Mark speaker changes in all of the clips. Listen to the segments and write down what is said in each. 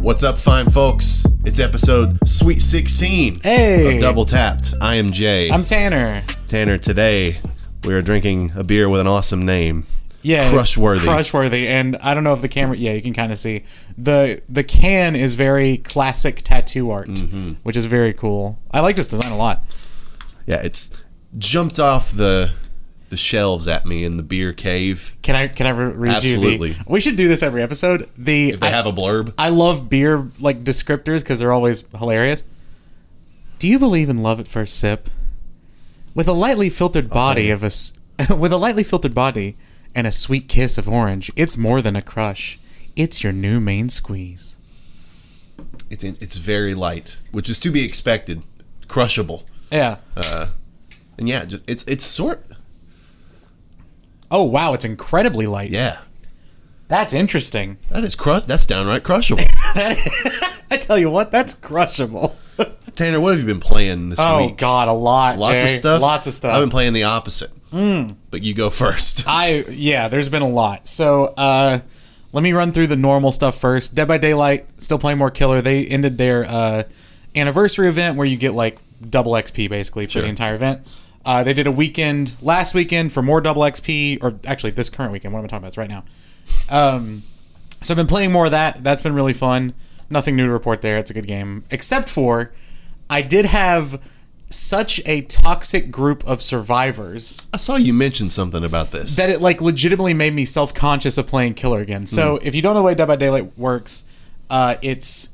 Speaker 1: What's up, fine folks? It's episode Sweet 16
Speaker 2: Hey.
Speaker 1: of Double Tapped. I am Jay.
Speaker 2: I'm Tanner.
Speaker 1: Tanner. Today, we are drinking a beer with an awesome name.
Speaker 2: Yeah.
Speaker 1: Crushworthy.
Speaker 2: Crushworthy. And I don't know if the camera yeah, you can kind of see. The the can is very classic tattoo art,
Speaker 1: Mm-hmm.
Speaker 2: which is very cool. I like this design a lot.
Speaker 1: Yeah, it's jumped off the the shelves at me in the beer cave.
Speaker 2: Can I can I re- read
Speaker 1: Absolutely.
Speaker 2: you the We should do this every episode. The
Speaker 1: If they
Speaker 2: I,
Speaker 1: have a blurb,
Speaker 2: I love beer like descriptors cuz they're always hilarious. Do you believe in love at first sip? With a lightly filtered body of a s- with a lightly filtered body and a sweet kiss of orange, it's more than a crush. It's your new main squeeze.
Speaker 1: it's it's very light, which is to be expected. Crushable,
Speaker 2: Yeah.
Speaker 1: and yeah, just, it's it's sort
Speaker 2: oh wow, it's incredibly light.
Speaker 1: yeah.
Speaker 2: That's interesting.
Speaker 1: That is crush. That's downright crushable.
Speaker 2: I tell you what, that's crushable.
Speaker 1: Tanner, what have you been playing this
Speaker 2: Oh
Speaker 1: week?
Speaker 2: god, a lot.
Speaker 1: Lots of
Speaker 2: Jay.
Speaker 1: stuff.
Speaker 2: Lots of stuff. Hmm.
Speaker 1: I've been playing the opposite. But you go first.
Speaker 2: I yeah, there's been a lot. So uh, let me run through the normal stuff first. Dead by Daylight still playing more Killer. They ended their uh, anniversary event where you get like double XP basically for
Speaker 1: Sure.
Speaker 2: the entire event. Uh, they did a weekend last weekend for more double XP, or actually this current weekend. What am I talking about? It's right now. Um, so I've been playing more of that. That's been really fun. Nothing new to report there. It's a good game, except for I did have such a toxic group of survivors
Speaker 1: I saw you mention something about this.
Speaker 2: that it like legitimately made me self conscious of playing Killer again. So
Speaker 1: Mm.
Speaker 2: if you don't know the way Dead by Daylight works, uh, it's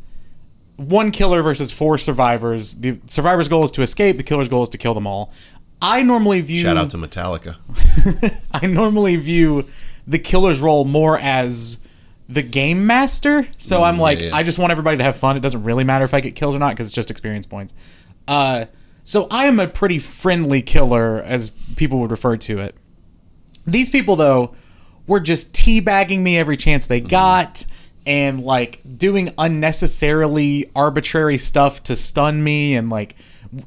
Speaker 2: one killer versus four survivors. The survivor's goal is to escape. The killer's goal is to kill them all. I normally view
Speaker 1: Shout out to Metallica.
Speaker 2: I normally view the killer's role more as the game master. So I'm like,
Speaker 1: Mm, yeah.
Speaker 2: I just want everybody to have fun. It doesn't really matter if I get kills or not because it's just experience points. Uh, so I am a pretty friendly killer, as people would refer to it. These people, though, were just teabagging me every chance
Speaker 1: Mm-hmm.
Speaker 2: they got and like doing unnecessarily arbitrary stuff to stun me. And like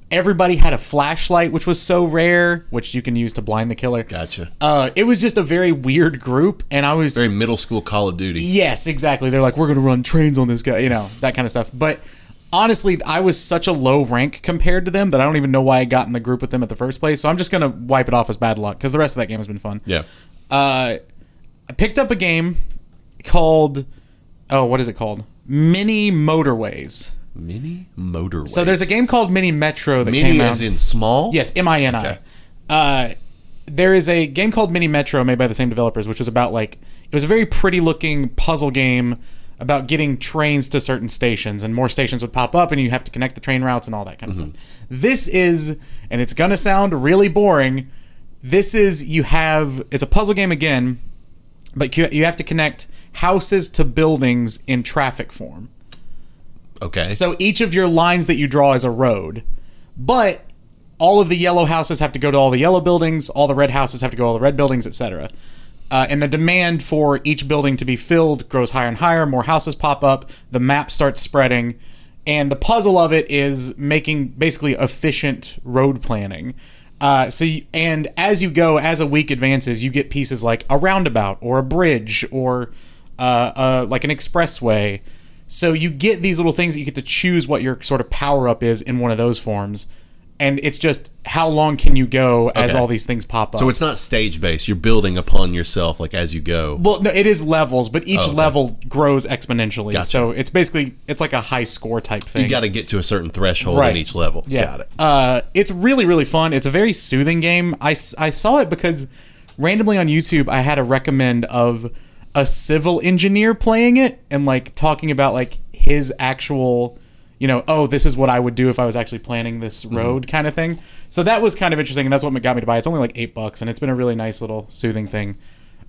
Speaker 2: everybody had a flashlight, which was so rare, which you can use to blind the killer.
Speaker 1: Gotcha.
Speaker 2: Uh, it was just a very weird group, and I was
Speaker 1: Very middle school Call of Duty.
Speaker 2: yes, exactly. They're like, we're gonna run trains on this guy, you know, that kind of stuff. But honestly, I was such a low rank compared to them that I don't even know why I got in the group with them at the first place. So I'm just gonna wipe it off as bad luck because the rest of that game has been fun.
Speaker 1: Yeah.
Speaker 2: Uh, I picked up a game called oh, what is it called? Mini Motorways.
Speaker 1: Mini motorway.
Speaker 2: So there's a game called Mini Metro that
Speaker 1: mini
Speaker 2: came out.
Speaker 1: as in small.
Speaker 2: Yes, M I N
Speaker 1: Okay.
Speaker 2: I. Uh, There is a game called Mini Metro made by the same developers, which was about like it was a very pretty looking puzzle game about getting trains to certain stations, and more stations would pop up, and you have to connect the train routes and all that kind of stuff. This is, and it's gonna sound really boring. This is you have it's a puzzle game again, but you you have to connect houses to buildings in traffic form.
Speaker 1: Okay.
Speaker 2: So each of your lines that you draw is a road, but all of the yellow houses have to go to all the yellow buildings. All the red houses have to go to all the red buildings, etc. Uh, and the demand for each building to be filled grows higher and higher. More houses pop up. The map starts spreading, and the puzzle of it is making basically efficient road planning. Uh, so you, and as you go, as a week advances, you get pieces like a roundabout or a bridge or uh, uh, like an expressway. So you get these little things that you get to choose what your sort of power up is in one of those forms, and it's just how long can you go as
Speaker 1: Okay.
Speaker 2: all these things pop up.
Speaker 1: So it's not stage based. You're building upon yourself like as you go.
Speaker 2: well, no, it is levels, but each level grows exponentially.
Speaker 1: Oh, Gotcha.
Speaker 2: So it's basically it's like a high score type thing.
Speaker 1: You got to get to a certain threshold
Speaker 2: Right.
Speaker 1: in each level.
Speaker 2: Yeah.
Speaker 1: Got it.
Speaker 2: Uh, it's really, really fun. It's a very soothing game. I, s- I saw it because randomly on YouTube, I had a recommend of a civil engineer playing it and like talking about like his actual, you know, oh, this is what I would do if I was actually planning this road kind of thing. So that was kind of interesting. And that's what got me to buy. it. It's only like eight bucks and it's been a really nice little soothing thing.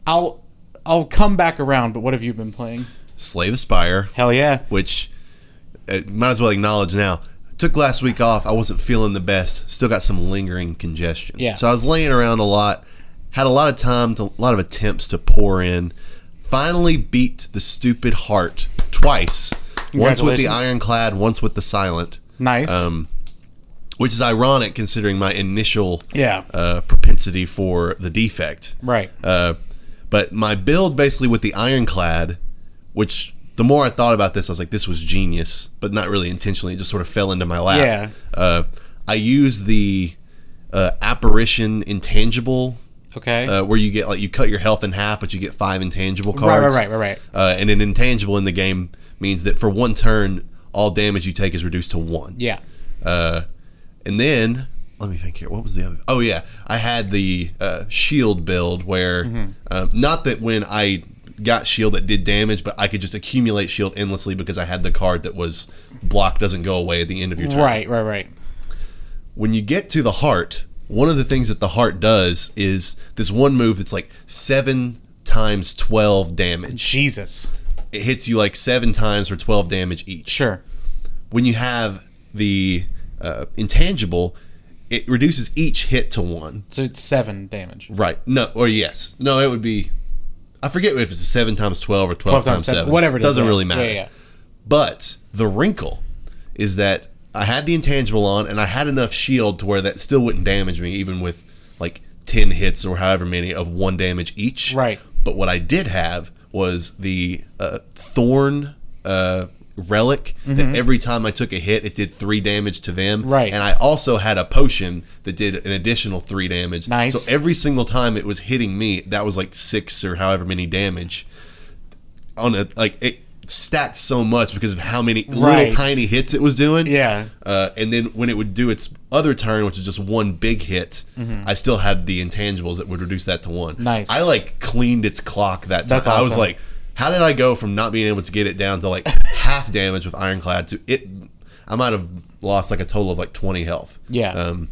Speaker 2: I'll, I'll come back around, but what have you been playing?
Speaker 1: Slay the Spire.
Speaker 2: Hell yeah.
Speaker 1: which uh, might as well acknowledge now. Took last week off. I wasn't feeling the best. Still got some lingering congestion.
Speaker 2: Yeah.
Speaker 1: So I was laying around a lot. Had a lot of time, to, a lot of attempts to pour in. Finally beat the stupid heart twice. Once with the
Speaker 2: Congratulations.
Speaker 1: ironclad, once with the silent.
Speaker 2: Nice.
Speaker 1: Um, which is ironic considering my initial
Speaker 2: Yeah.
Speaker 1: uh, propensity for the defect.
Speaker 2: right.
Speaker 1: Uh, but my build basically with the ironclad, which the more I thought about this, I was like, this was genius, but not really intentionally. It just sort of fell into my lap.
Speaker 2: Yeah.
Speaker 1: Uh, I use the uh, apparition intangible,
Speaker 2: Okay.
Speaker 1: uh, where you get like you cut your health in half, but you get five intangible
Speaker 2: right, right,
Speaker 1: cards.
Speaker 2: right, right, right.
Speaker 1: Uh, and an intangible in the game means that for one turn, all damage you take is reduced to one.
Speaker 2: Yeah.
Speaker 1: And then let me think here. What was the other? Oh yeah, I had the uh, shield build where um, not that when I got shield that did damage, but I could just accumulate shield endlessly because I had the card that was block doesn't go away at the end of your turn.
Speaker 2: Right, right, right.
Speaker 1: When you get to the heart, one of the things that the heart does is this one move that's like seven times twelve damage.
Speaker 2: Jesus.
Speaker 1: It hits you like seven times for twelve damage each
Speaker 2: Sure.
Speaker 1: when you have the uh, intangible, it reduces each hit to one.
Speaker 2: So it's seven damage.
Speaker 1: Right. No, or yes. No, it would be. I forget if it's seven times twelve or twelve,
Speaker 2: 12 times seven, whatever it is,
Speaker 1: Doesn't
Speaker 2: yeah.
Speaker 1: really matter.
Speaker 2: Yeah, yeah.
Speaker 1: But the wrinkle is that I had the intangible on, and I had enough shield to where that still wouldn't damage me, even with like ten hits or however many of one damage each.
Speaker 2: Right.
Speaker 1: But what I did have was the uh, thorn uh, relic that every time I took a hit, it did three damage to them.
Speaker 2: Mm-hmm. Right.
Speaker 1: And I also had a potion that did an additional three damage.
Speaker 2: Nice.
Speaker 1: So every single time it was hitting me, that was like six or however many damage. On a like it stacked so much because of how many
Speaker 2: Right.
Speaker 1: little tiny hits it was doing.
Speaker 2: Yeah.
Speaker 1: Uh, and then when it would do its other turn, which is just one big hit, I still had the intangibles that would reduce that to one.
Speaker 2: Mm-hmm. Nice.
Speaker 1: I like cleaned its clock that time.
Speaker 2: That's
Speaker 1: I was
Speaker 2: awesome.
Speaker 1: like, how did I go from not being able to get it down to like half damage with Ironclad to it? I might have lost like a total of like twenty health.
Speaker 2: Yeah.
Speaker 1: Um,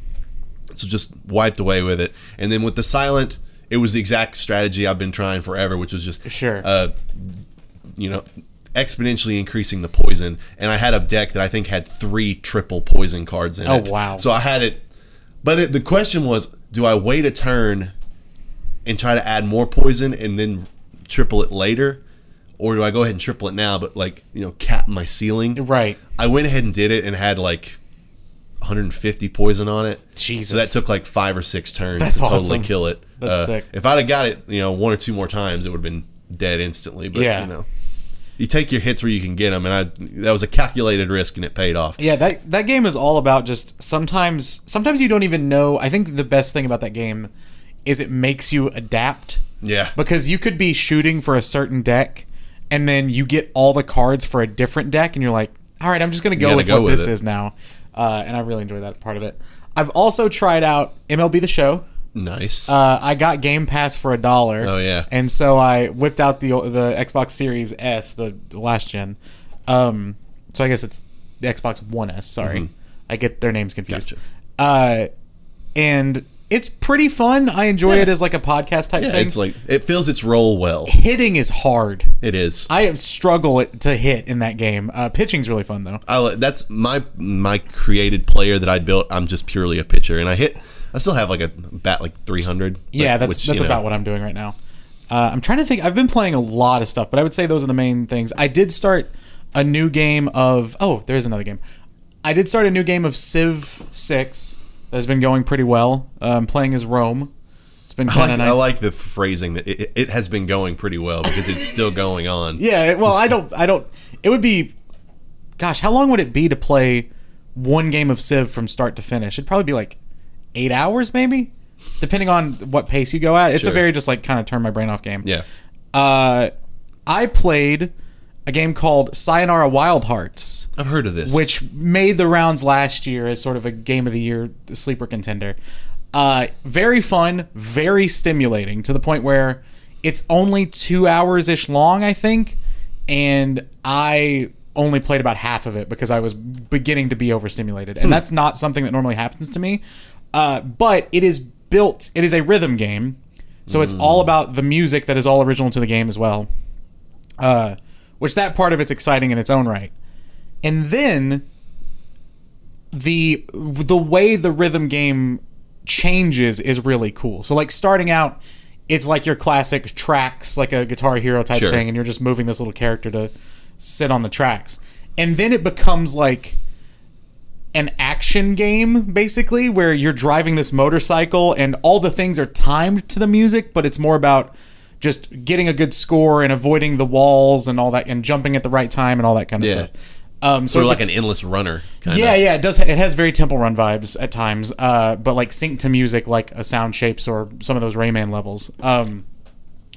Speaker 1: so just wiped away with it, and then with the silent, it was the exact strategy I've been trying forever, which was just
Speaker 2: Sure.
Speaker 1: uh, you know exponentially increasing the poison and i had a deck that i think had three triple poison cards in
Speaker 2: Oh,
Speaker 1: it
Speaker 2: wow.
Speaker 1: so i had it but it, the question was do i wait a turn and try to add more poison and then triple it later or do i go ahead and triple it now but like you know cap my ceiling
Speaker 2: right.
Speaker 1: i went ahead and did it and had like 150 poison on it
Speaker 2: Jesus.
Speaker 1: so that took like five or six turns
Speaker 2: That's
Speaker 1: to totally
Speaker 2: awesome.
Speaker 1: kill it.
Speaker 2: That's
Speaker 1: Uh,
Speaker 2: sick.
Speaker 1: If I'd have got it, you know, one or two more times, it would have been dead instantly. But
Speaker 2: Yeah.
Speaker 1: you know, you take your hits where you can get them, and I that was a calculated risk, and it paid off.
Speaker 2: Yeah, that that game is all about just sometimes sometimes you don't even know. I think the best thing about that game is it makes you adapt.
Speaker 1: Yeah.
Speaker 2: Because you could be shooting for a certain deck and then you get all the cards for a different deck and you're like, "All right, I'm just going to go
Speaker 1: gotta
Speaker 2: with
Speaker 1: go
Speaker 2: what
Speaker 1: with
Speaker 2: this
Speaker 1: it.
Speaker 2: is now." Uh, and I really enjoy that part of it. I've also tried out MLB The Show.
Speaker 1: Nice.
Speaker 2: Uh, I got Game Pass for a dollar.
Speaker 1: Oh, yeah.
Speaker 2: And so I whipped out the the Xbox Series S, the last gen. Um, so I guess it's the Xbox One S. Sorry, I get their names confused.
Speaker 1: Mm-hmm. Gotcha.
Speaker 2: Uh, and it's pretty fun. I enjoy it as like a podcast type
Speaker 1: yeah,
Speaker 2: thing.
Speaker 1: it's like it fills its role well.
Speaker 2: Hitting is hard.
Speaker 1: It is.
Speaker 2: I have struggled to hit in that game. Uh, pitching's really fun though.
Speaker 1: I, li- that's my my created player that I built. I'm just purely a pitcher, and I hit. I still have like a bat like 300.
Speaker 2: Yeah, that's that's about what I'm doing right now. Uh, I'm trying to think. I've been playing a lot of stuff, but I would say those are the main things. I did start a new game of. Oh, there is another game. I did start a new game of Civ Six that's been going pretty well. Uh, I'm playing as Rome. It's been
Speaker 1: I
Speaker 2: kind
Speaker 1: like,
Speaker 2: of nice.
Speaker 1: I like the phrasing that it, it- it has been going pretty well because it's still going on.
Speaker 2: yeah. Well, I don't. I don't. It would be. Gosh, how long would it be to play one game of Civ from start to finish? It'd probably be like eight hours, maybe, depending on what pace you go at. It's a
Speaker 1: Sure.
Speaker 2: very just like kind of turn my brain off game.
Speaker 1: Yeah.
Speaker 2: uh, I played a game called Sayonara Wild Hearts,
Speaker 1: I've heard of this.
Speaker 2: which made the rounds last year as sort of a game of the year sleeper contender. Uh, very fun, very stimulating to the point where it's only two hours ish long, I think, and I only played about half of it because I was beginning to be overstimulated, and that's not something that normally happens to me. Uh, but it is built; it is a rhythm game, so it's all about the music that is all original to the game as well uh, which that part of it's exciting in its own right. And then the the way the rhythm game changes is really cool. So like starting out, it's like your classic tracks, like a Guitar Hero type
Speaker 1: Sure.
Speaker 2: thing, and you're just moving this little character to sit on the tracks. And then it becomes like an action game basically where you're driving this motorcycle and all the things are timed to the music but it's more about just getting a good score and avoiding the walls and all that, and jumping at the right time and all that kind of
Speaker 1: Yeah.
Speaker 2: stuff. Um, so
Speaker 1: Sort of
Speaker 2: it-
Speaker 1: like an endless runner. Kind
Speaker 2: yeah,
Speaker 1: Of.
Speaker 2: yeah, it does. It has very Temple Run vibes at times, uh, but like sync to music, like a Sound Shapes or some of those Rayman levels. Um,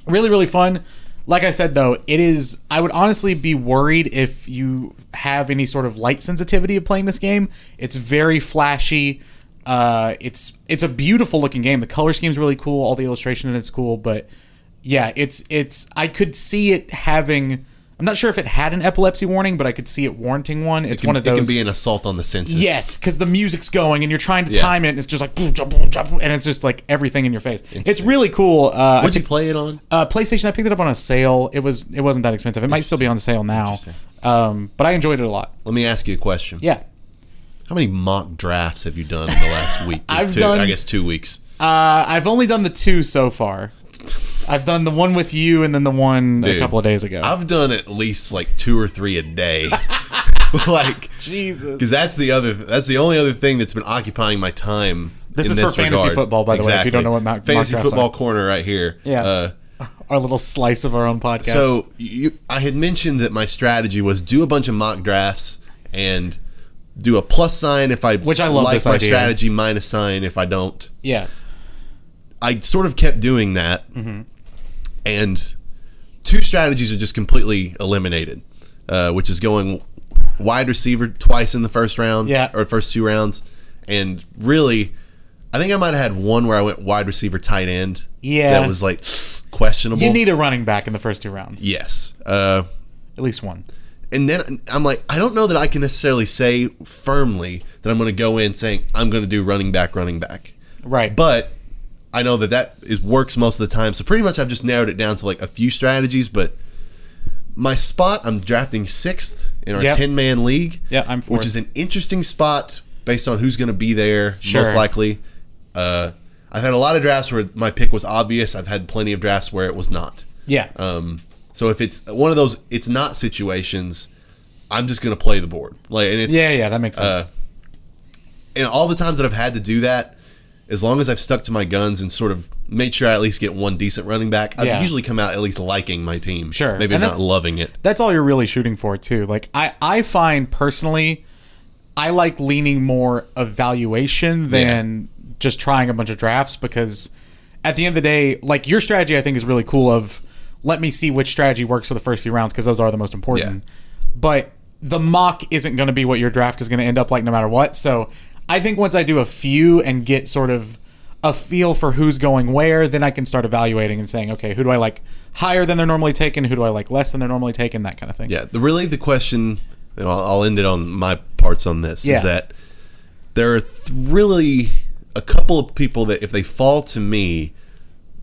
Speaker 2: really, really fun. Like I said, though, it is. I would honestly be worried if you have any sort of light sensitivity of playing this game. It's very flashy. Uh, it's it's a beautiful looking game. The color scheme's really cool. All the illustration in it's cool, but yeah, it's it's. I could see it having. I'm not sure if it had an epilepsy warning, but I could see it warranting one. It's one of
Speaker 1: It
Speaker 2: those.
Speaker 1: can be an assault on the senses.
Speaker 2: Yes, because the music's going and you're trying to
Speaker 1: Yeah.
Speaker 2: time it, and it's just like boom, jump, boom, jump, boom, and it's just like everything in your face. It's really cool. Uh, I
Speaker 1: What'd
Speaker 2: picked-
Speaker 1: you play it on?
Speaker 2: uh, PlayStation, I picked it up on a sale. It was it wasn't that expensive. It might still be on sale now, um, but I enjoyed it a lot.
Speaker 1: Let me ask you a question.
Speaker 2: Yeah,
Speaker 1: How many mock drafts have you done in the last week? or
Speaker 2: I've
Speaker 1: two,
Speaker 2: done-
Speaker 1: I guess two weeks.
Speaker 2: uh, I've only done the two so far. I've done the one with you, and then the one a
Speaker 1: Dude,
Speaker 2: couple of days ago.
Speaker 1: I've done at least like two or three a day. like,
Speaker 2: Jesus.
Speaker 1: because that's the other. That's the only other thing that's been occupying my time.
Speaker 2: This
Speaker 1: in
Speaker 2: is for fantasy football, by the way, if you don't know what mock- mock
Speaker 1: fantasy
Speaker 2: drafts
Speaker 1: football
Speaker 2: are.
Speaker 1: corner right here.
Speaker 2: Yeah.
Speaker 1: Uh,
Speaker 2: Our little slice of our own podcast.
Speaker 1: So you, I had mentioned that my strategy was do a bunch of mock drafts and do a plus sign if I
Speaker 2: Which I love
Speaker 1: like
Speaker 2: this
Speaker 1: my
Speaker 2: idea.
Speaker 1: strategy, minus sign if I don't.
Speaker 2: yeah,
Speaker 1: I sort of kept doing that,
Speaker 2: Mm-hmm.
Speaker 1: and two strategies are just completely eliminated, uh, which is going wide receiver twice in the first round,
Speaker 2: Yeah.
Speaker 1: or first two rounds, and really, I think I might have had one where I went wide receiver, tight end,
Speaker 2: Yeah.
Speaker 1: that was like questionable.
Speaker 2: you need a running back in the first two rounds,
Speaker 1: yes. Uh,
Speaker 2: at least one.
Speaker 1: and then I'm like, I don't know that I can necessarily say firmly that I'm going to go in saying I'm going to do running back, running back.
Speaker 2: Right.
Speaker 1: But I know that that is, works most of the time. So pretty much I've just narrowed it down to like a few strategies. But my spot, I'm drafting sixth in our
Speaker 2: Yep.
Speaker 1: 10 man league.
Speaker 2: Yeah, I'm
Speaker 1: Which
Speaker 2: fourth.
Speaker 1: is an interesting spot based on who's going to be there
Speaker 2: Sure.
Speaker 1: most likely. Uh, I've had a lot of drafts where my pick was obvious. I've had plenty of drafts where it was not.
Speaker 2: yeah.
Speaker 1: Um, so if it's one of those it's not situations, I'm just gonna play the board. Like and it's
Speaker 2: Yeah, yeah, that makes sense.
Speaker 1: uh, and all the times that I've had to do that, as long as I've stuck to my guns and sort of made sure I at least get one decent running back, I've
Speaker 2: Yeah.
Speaker 1: usually come out at least liking my team.
Speaker 2: Sure.
Speaker 1: Maybe
Speaker 2: And
Speaker 1: not
Speaker 2: that's-
Speaker 1: loving it.
Speaker 2: that's all you're really shooting for too. Like I, I find personally, I like leaning more evaluation than just trying a bunch of drafts because at the end of the day, like your strategy, I think is really cool. Of let me see which strategy works for the first few rounds because those are the most important. But the mock isn't going to be what your draft is going to end up like no matter what. So I think once I do a few and get sort of a feel for who's going where, then I can start evaluating and saying, okay, who do I like higher than they're normally taken? Who do I like less than they're normally taken? That kind of thing.
Speaker 1: Yeah. The really the question and I'll, I'll end it on my parts on this
Speaker 2: Yeah.
Speaker 1: is that there are th- really a couple of people that if they fall to me,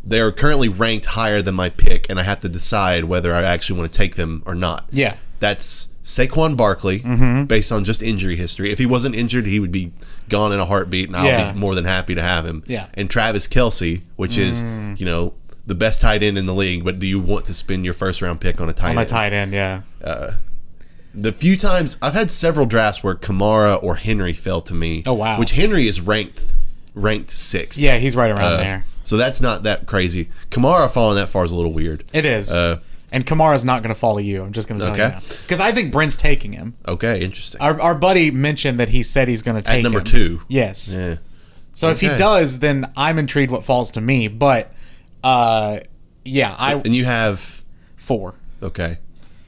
Speaker 1: they are currently ranked higher than my pick, and I have to decide whether I actually want to take them or not.
Speaker 2: Yeah.
Speaker 1: That's Saquon Barkley,
Speaker 2: Mm-hmm.
Speaker 1: based on just injury history. If he wasn't injured, he would be gone in a heartbeat, and I'll
Speaker 2: Yeah.
Speaker 1: be more than happy to have him.
Speaker 2: Yeah. Mm.
Speaker 1: And Travis Kelsey, which is, you know, the best tight end in the league, but do you want to spend your first round pick on a tight
Speaker 2: On a
Speaker 1: end?
Speaker 2: tight end, yeah.
Speaker 1: the few times I've had several drafts where Kamara or Henry fell to me.
Speaker 2: Oh, wow.
Speaker 1: Which Henry is ranked ranked sixth.
Speaker 2: Yeah, he's right around
Speaker 1: Uh,
Speaker 2: there.
Speaker 1: So that's not that crazy. Kamara falling that far is a little weird.
Speaker 2: It is.
Speaker 1: uh,
Speaker 2: and Kamara's not going to follow you. I'm just going to tell you
Speaker 1: Okay.
Speaker 2: now. Because I think Brent's taking him.
Speaker 1: Okay, interesting.
Speaker 2: Our, our buddy mentioned that he said he's going to take
Speaker 1: number
Speaker 2: him.
Speaker 1: two.
Speaker 2: Yes.
Speaker 1: Yeah.
Speaker 2: So if he
Speaker 1: Okay.
Speaker 2: does, then I'm intrigued what falls to me. But uh, yeah, I
Speaker 1: And you have
Speaker 2: four.
Speaker 1: okay,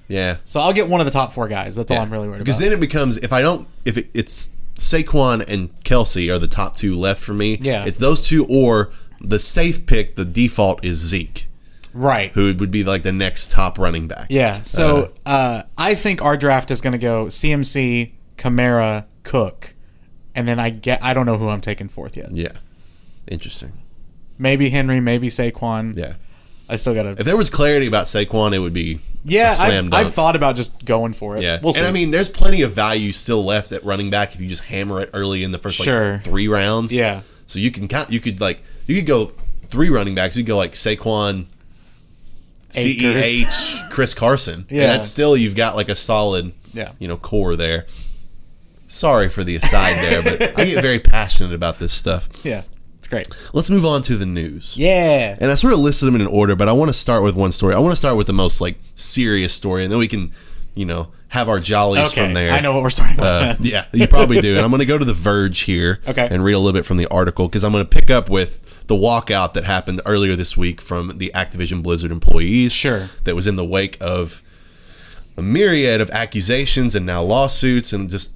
Speaker 1: yeah.
Speaker 2: So I'll get one of the top four guys. That's all I'm really worried
Speaker 1: because
Speaker 2: about.
Speaker 1: then it becomes if I don't if it, it's Saquon and Kelsey are the top two left for me.
Speaker 2: Yeah.
Speaker 1: it's those two or the safe pick. The default is Zeke,
Speaker 2: right.
Speaker 1: who would be like the next top running back.
Speaker 2: Yeah. So uh, I think our draft is going to go CMC, Kamara, Cook, and then I get I don't know who I'm taking fourth yet.
Speaker 1: yeah, interesting.
Speaker 2: Maybe Henry, maybe Saquon.
Speaker 1: Yeah.
Speaker 2: I still got
Speaker 1: If
Speaker 2: to.
Speaker 1: there was clarity about Saquon, it would be
Speaker 2: Yeah,
Speaker 1: a slam
Speaker 2: I've,
Speaker 1: dunk.
Speaker 2: I've thought about just going for it.
Speaker 1: yeah,
Speaker 2: We'll see.
Speaker 1: and I mean, there's plenty of value still left at running back if you just hammer it early in the first
Speaker 2: Sure.
Speaker 1: like three rounds.
Speaker 2: Yeah.
Speaker 1: so you can count. You could like you could go three running backs. You could go like Saquon,
Speaker 2: Akers.
Speaker 1: Ceh, Chris Carson.
Speaker 2: Yeah.
Speaker 1: and that's still you've got like a solid
Speaker 2: Yeah.
Speaker 1: you know core there. Sorry for the aside there, but I get very passionate about this stuff.
Speaker 2: yeah, it's great.
Speaker 1: Let's move on to the news.
Speaker 2: Yeah.
Speaker 1: And I sort of listed them in an order, but I want to start with one story. I want to start with the most like serious story, and then we can, you know, have our jollies
Speaker 2: Okay.
Speaker 1: from there.
Speaker 2: I know what we're starting with.
Speaker 1: Uh, yeah, you probably do. And I'm going to go to The Verge here
Speaker 2: Okay.
Speaker 1: and read a little bit from the article because I'm going to pick up with the walkout that happened earlier this week from the Activision Blizzard employees.
Speaker 2: Sure.
Speaker 1: That was in the wake of a myriad of accusations and now lawsuits and just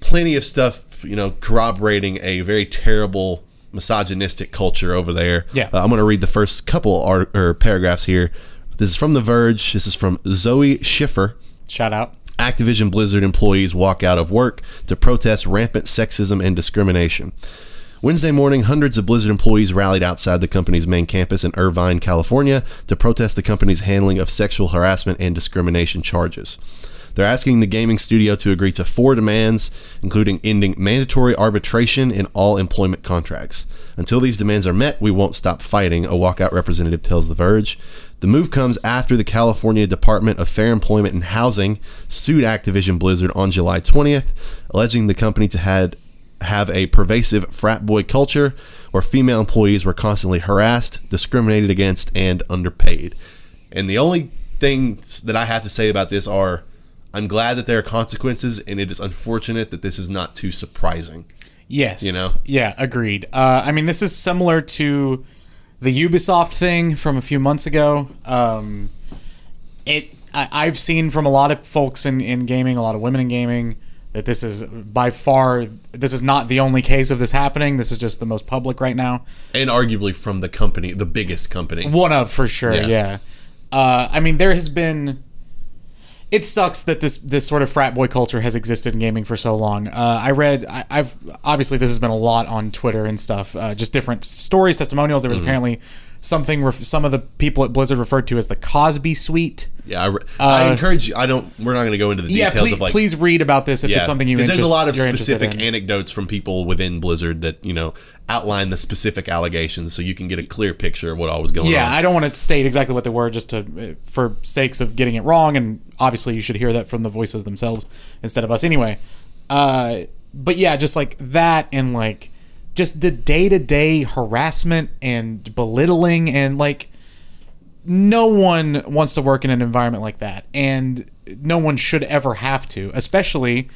Speaker 1: plenty of stuff, you know, corroborating a very terrible misogynistic culture over there.
Speaker 2: Yeah.
Speaker 1: Uh, I'm going to read the first couple art- or paragraphs here. This is from The Verge. This is from Zoe Schiffer.
Speaker 2: Shout out.
Speaker 1: Activision Blizzard employees walk out of work to protest rampant sexism and discrimination. Wednesday morning, hundreds of Blizzard employees rallied outside the company's main campus in Irvine, California, to protest the company's handling of sexual harassment and discrimination charges. They're asking the gaming studio to agree to four demands, including ending mandatory arbitration in all employment contracts. Until these demands are met, we won't stop fighting, a walkout representative tells The Verge. The move comes after the California Department of Fair Employment and Housing sued Activision Blizzard on July 20th, alleging the company to had have a pervasive frat boy culture where female employees were constantly harassed, discriminated against, and underpaid. And the only things that I have to say about this are I'm glad that there are consequences, and it is unfortunate that this is not too surprising.
Speaker 2: Yes. You
Speaker 1: know?
Speaker 2: Yeah, agreed. Uh, I mean, this is similar to the Ubisoft thing from a few months ago. Um, it I, I've seen from a lot of folks in, in gaming, a lot of women in gaming, that this is by far this is not the only case of this happening. This is just the most public right now.
Speaker 1: And arguably from the company, the biggest company.
Speaker 2: One of for sure. Yeah.
Speaker 1: Yeah.
Speaker 2: Uh, I mean, there has been. It sucks that this this sort of frat boy culture has existed in gaming for so long. Uh, I read, I, I've obviously this has been a lot on Twitter and stuff, uh, just different stories, testimonials. There was
Speaker 1: Mm-hmm.
Speaker 2: apparently something ref- some of the people at Blizzard referred to as the Cosby Suite.
Speaker 1: Yeah, I, re- I encourage you. I don't. We're not going to go into the
Speaker 2: uh, Yeah,
Speaker 1: details
Speaker 2: please,
Speaker 1: of like
Speaker 2: please read about this if
Speaker 1: Yeah,
Speaker 2: it's something you.
Speaker 1: because there's a lot of specific
Speaker 2: In.
Speaker 1: anecdotes from people within Blizzard that you know outline the specific allegations, so you can get a clear picture of what all was going
Speaker 2: Yeah,
Speaker 1: on.
Speaker 2: I don't want to state exactly what they were, just to eh, for sakes of getting it wrong, and obviously you should hear that from the voices themselves instead of us anyway. Uh, but yeah, just like that, and like just the day to day harassment and belittling, and like no one wants to work in an environment like that, and no one should ever have to, especially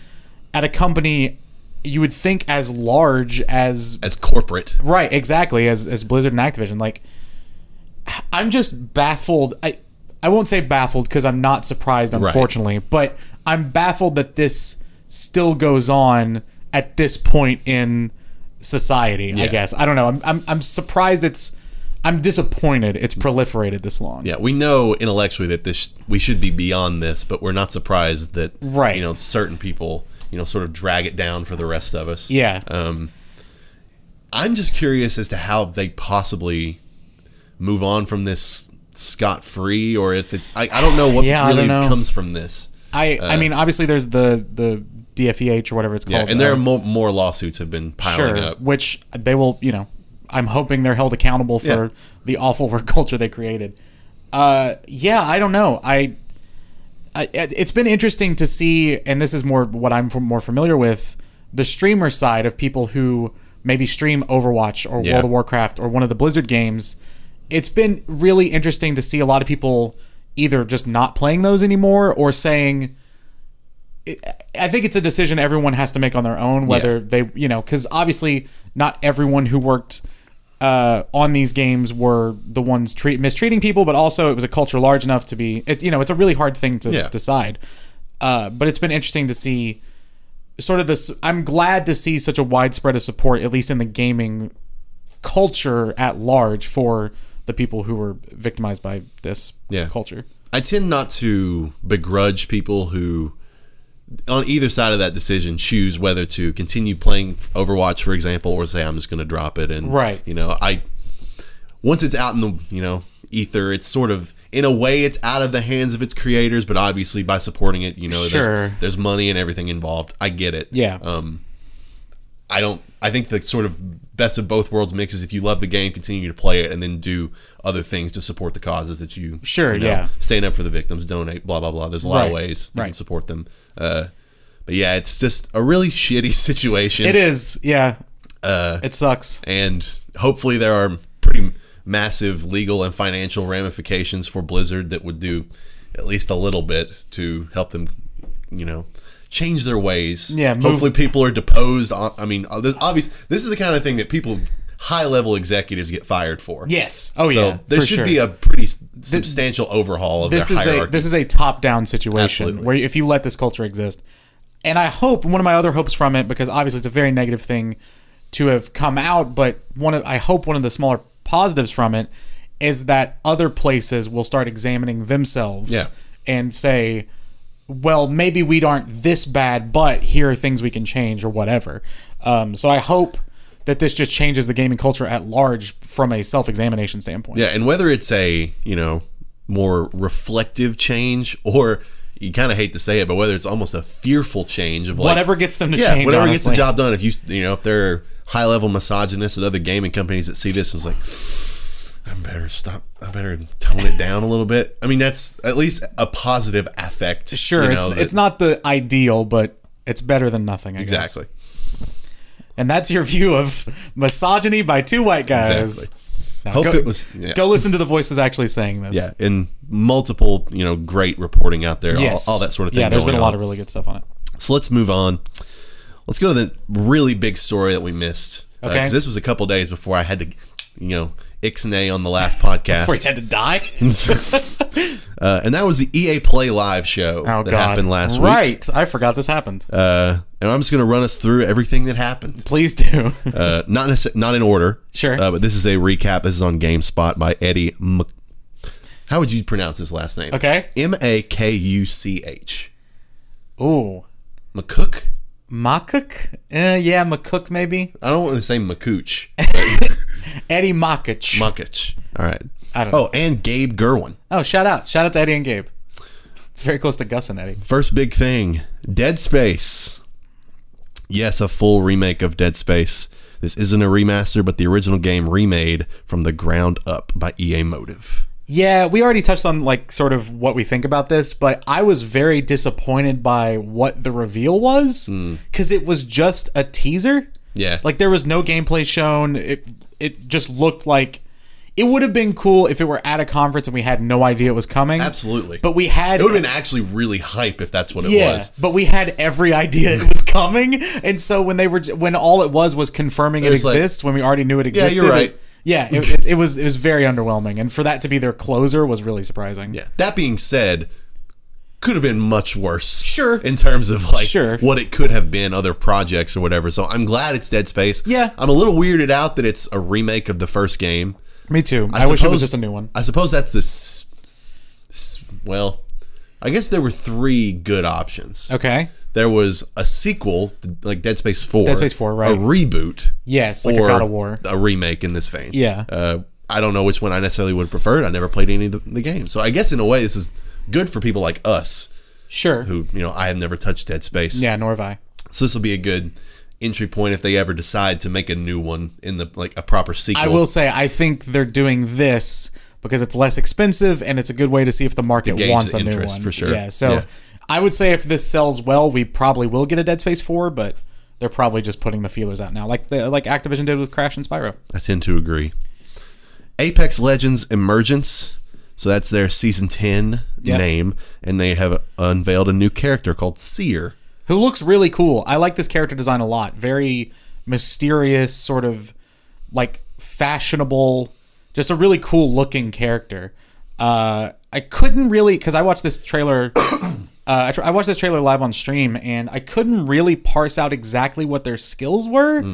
Speaker 2: at a company you would think as large as
Speaker 1: as corporate,
Speaker 2: Right, exactly. As as Blizzard and Activision, like I'm just baffled. I I won't say baffled because I'm not surprised, unfortunately, but I'm baffled that this still goes on at this point in society. I
Speaker 1: Yeah.
Speaker 2: guess I don't know. I'm I'm, I'm surprised it's. I'm disappointed it's proliferated this long.
Speaker 1: yeah, we know intellectually that this we should be beyond this, but we're not surprised that
Speaker 2: Right.
Speaker 1: you know certain people you know sort of drag it down for the rest of us.
Speaker 2: Yeah.
Speaker 1: I'm just curious as to how they possibly move on from this scot free, or if it's I, I don't know what
Speaker 2: Yeah, I
Speaker 1: really
Speaker 2: don't know.
Speaker 1: comes from this.
Speaker 2: I I mean, obviously there's the the DFEH or whatever it's
Speaker 1: Uh, Yeah,
Speaker 2: called.
Speaker 1: and there
Speaker 2: uh,
Speaker 1: are more, more lawsuits have been piling
Speaker 2: sure,
Speaker 1: up.
Speaker 2: which they will, you know, I'm hoping they're held accountable for
Speaker 1: Yeah.
Speaker 2: the awful work culture they created. Uh, yeah, I don't know. I, I, it- it's been interesting to see, and this is more what I'm f- more familiar with, the streamer side of people who maybe stream Overwatch or
Speaker 1: Yeah.
Speaker 2: World of Warcraft or one of the Blizzard games. It's been really interesting to see a lot of people either just not playing those anymore or saying, I think it's a decision everyone has to make on their own whether they you know because obviously not everyone who worked uh, on these games were the ones treat mistreating people, but also it was a culture large enough to be it's you know it's a really hard thing to
Speaker 1: Yeah.
Speaker 2: decide. Uh, but it's been interesting to see sort of this. I'm glad to see such a widespread of support, at least in the gaming culture at large, for the people who were victimized by this
Speaker 1: Yeah.
Speaker 2: culture.
Speaker 1: I tend not to begrudge people who, on either side of that decision, choose whether to continue playing Overwatch, for example, or say I'm just going to drop it. And
Speaker 2: Right.
Speaker 1: you know, I once it's out in the you know ether, it's sort of in a way it's out of the hands of its creators, but obviously by supporting it, you know,
Speaker 2: Sure.
Speaker 1: there's, there's money and everything involved. I get it. Um,
Speaker 2: Yeah.
Speaker 1: I don't. I think the sort of best of both worlds mix is if you love the game, continue to play it, and then do other things to support the causes that you
Speaker 2: Sure,
Speaker 1: you know,
Speaker 2: yeah.
Speaker 1: stand up for the victims, donate, blah blah blah. There's a lot
Speaker 2: Right,
Speaker 1: of ways you
Speaker 2: right.
Speaker 1: can support them. Uh, but yeah, it's just a really shitty situation.
Speaker 2: it is. Yeah.
Speaker 1: Uh,
Speaker 2: It sucks.
Speaker 1: and hopefully there are pretty massive legal and financial ramifications for Blizzard that would do at least a little bit to help them, you know, change their ways.
Speaker 2: Yeah, move-
Speaker 1: hopefully people are deposed. On, I mean, uh, there's obvious. This is the kind of thing that people, high level executives, get fired for.
Speaker 2: Yes. Oh
Speaker 1: so
Speaker 2: yeah.
Speaker 1: there
Speaker 2: for
Speaker 1: should
Speaker 2: sure.
Speaker 1: be a pretty s substantial overhaul of
Speaker 2: this
Speaker 1: their
Speaker 2: is a
Speaker 1: hierarchy.
Speaker 2: this is a top down situation
Speaker 1: Absolutely.
Speaker 2: where if you let this culture exist, and I hope one of my other hopes from it because obviously it's a very negative thing to have come out, but one of I hope one of the smaller positives from it is that other places will start examining themselves
Speaker 1: Yeah.
Speaker 2: and say, well, maybe we aren't this bad, but here are things we can change or whatever. Um, so I hope that this just changes the gaming culture at large from a self examination standpoint.
Speaker 1: Yeah, and whether it's a you know more reflective change or you kind of hate to say it, but whether it's almost a fearful change of like,
Speaker 2: Whatever gets them to
Speaker 1: yeah,
Speaker 2: change,
Speaker 1: whatever gets the
Speaker 2: honestly.
Speaker 1: job done. If you you know if there are high level misogynists at other gaming companies that see this and it's like, I better stop. I better tone it down a little bit. I mean, that's at least a positive affect.
Speaker 2: Sure,
Speaker 1: you
Speaker 2: it's,
Speaker 1: know, that-
Speaker 2: it's not the ideal, but it's better than nothing, I guess.
Speaker 1: exactly.
Speaker 2: And that's your view of misogyny by two white guys. Now,
Speaker 1: Hope
Speaker 2: go,
Speaker 1: it was- yeah.
Speaker 2: Go listen to the voices actually saying this.
Speaker 1: Yeah, and multiple you know great reporting out there.
Speaker 2: Yes.
Speaker 1: All, all that sort of thing.
Speaker 2: Yeah, there's been
Speaker 1: going
Speaker 2: a lot
Speaker 1: on.
Speaker 2: of really good stuff on it.
Speaker 1: So let's move on. Let's go to the really big story that we missed. Uh,
Speaker 2: Okay.
Speaker 1: 'cause this was a couple days before I had to, you know, ixnay on the last podcast.
Speaker 2: Before he had to die?
Speaker 1: uh, and that was the EA Play Live show
Speaker 2: Oh,
Speaker 1: that
Speaker 2: God.
Speaker 1: happened last
Speaker 2: right.
Speaker 1: week.
Speaker 2: I forgot this happened.
Speaker 1: Uh, and I'm just going to run us through everything that happened.
Speaker 2: Please do.
Speaker 1: Uh, not, necess- not in order.
Speaker 2: Sure.
Speaker 1: Uh, but this is a recap. This is on GameSpot by Eddie. M- How would you pronounce his last name?
Speaker 2: Okay.
Speaker 1: M A K U C H.
Speaker 2: Ooh.
Speaker 1: McCook?
Speaker 2: Makuk? Uh, yeah, McCook maybe.
Speaker 1: I don't want to say McCooch.
Speaker 2: Eddie Makuch.
Speaker 1: Munkich. All right.
Speaker 2: I don't know.
Speaker 1: Oh, and Gabe Gerwin.
Speaker 2: oh, shout out. Shout out to Eddie and Gabe. It's very close to Gus and Eddie.
Speaker 1: First big thing Dead Space. Yes, a full remake of Dead Space. This isn't a remaster, but the original game remade from the ground up by EA Motive.
Speaker 2: Yeah, we already touched on like sort of what we think about this, but I was very disappointed by what the reveal was
Speaker 1: Hmm.
Speaker 2: because it was just a teaser.
Speaker 1: Yeah.
Speaker 2: like there was no gameplay shown. It it just looked like it would have been cool if it were at a conference and we had no idea it was coming.
Speaker 1: Absolutely.
Speaker 2: but we had
Speaker 1: It would have been actually really hype if that's what it
Speaker 2: yeah,
Speaker 1: was.
Speaker 2: but we had every idea it was coming, and so when they were when all it was was confirming it,
Speaker 1: was like-
Speaker 2: exists when we already knew it existed.
Speaker 1: you're right.
Speaker 2: It, yeah, it, it, it was it was very underwhelming, and for that to be their closer was really surprising.
Speaker 1: Yeah. That being said, could have been much worse.
Speaker 2: Sure.
Speaker 1: In terms of like
Speaker 2: Sure.
Speaker 1: what it could have been, other projects or whatever. So I'm glad it's Dead Space.
Speaker 2: Yeah.
Speaker 1: I'm a little weirded out that it's a remake of the first game.
Speaker 2: Me too. I, wish it was
Speaker 1: suppose-
Speaker 2: just a new one.
Speaker 1: I suppose that's the s- s- well. I guess there were three good options.
Speaker 2: Okay.
Speaker 1: There was a sequel, like Dead Space Four.
Speaker 2: Dead Space 4, right.
Speaker 1: A reboot.
Speaker 2: Yes, like a God of War.
Speaker 1: A remake in this vein.
Speaker 2: Yeah.
Speaker 1: Uh, I don't know which one I necessarily would have preferred. I never played any of the, the games, so I guess in a way this is good for people like us
Speaker 2: Sure.
Speaker 1: who you know I have never touched Dead Space.
Speaker 2: Yeah, nor have I.
Speaker 1: So this will be a good entry point if they ever decide to make a new one in the like a proper sequel.
Speaker 2: I will say I think they're doing this because it's less expensive and it's a good way to see if the market
Speaker 1: gauge
Speaker 2: wants
Speaker 1: the
Speaker 2: a new
Speaker 1: interest,
Speaker 2: one.
Speaker 1: for sure.
Speaker 2: Yeah. So
Speaker 1: Yeah.
Speaker 2: I would say if this sells well, we probably will get a Dead Space 4, but they're probably just putting the feelers out now, like the, like Activision did with Crash and Spyro.
Speaker 1: I tend to agree. Apex Legends Emergence. So that's their season 10
Speaker 2: Yep.
Speaker 1: name. And they have unveiled a new character called Seer.
Speaker 2: Who looks really cool. I like this character design a lot. Very mysterious, sort of like fashionable, just a really cool looking character. Uh, I couldn't really because I watched this trailer. uh, I, tr- I watched this trailer live on stream, and I couldn't really parse out exactly what their skills were.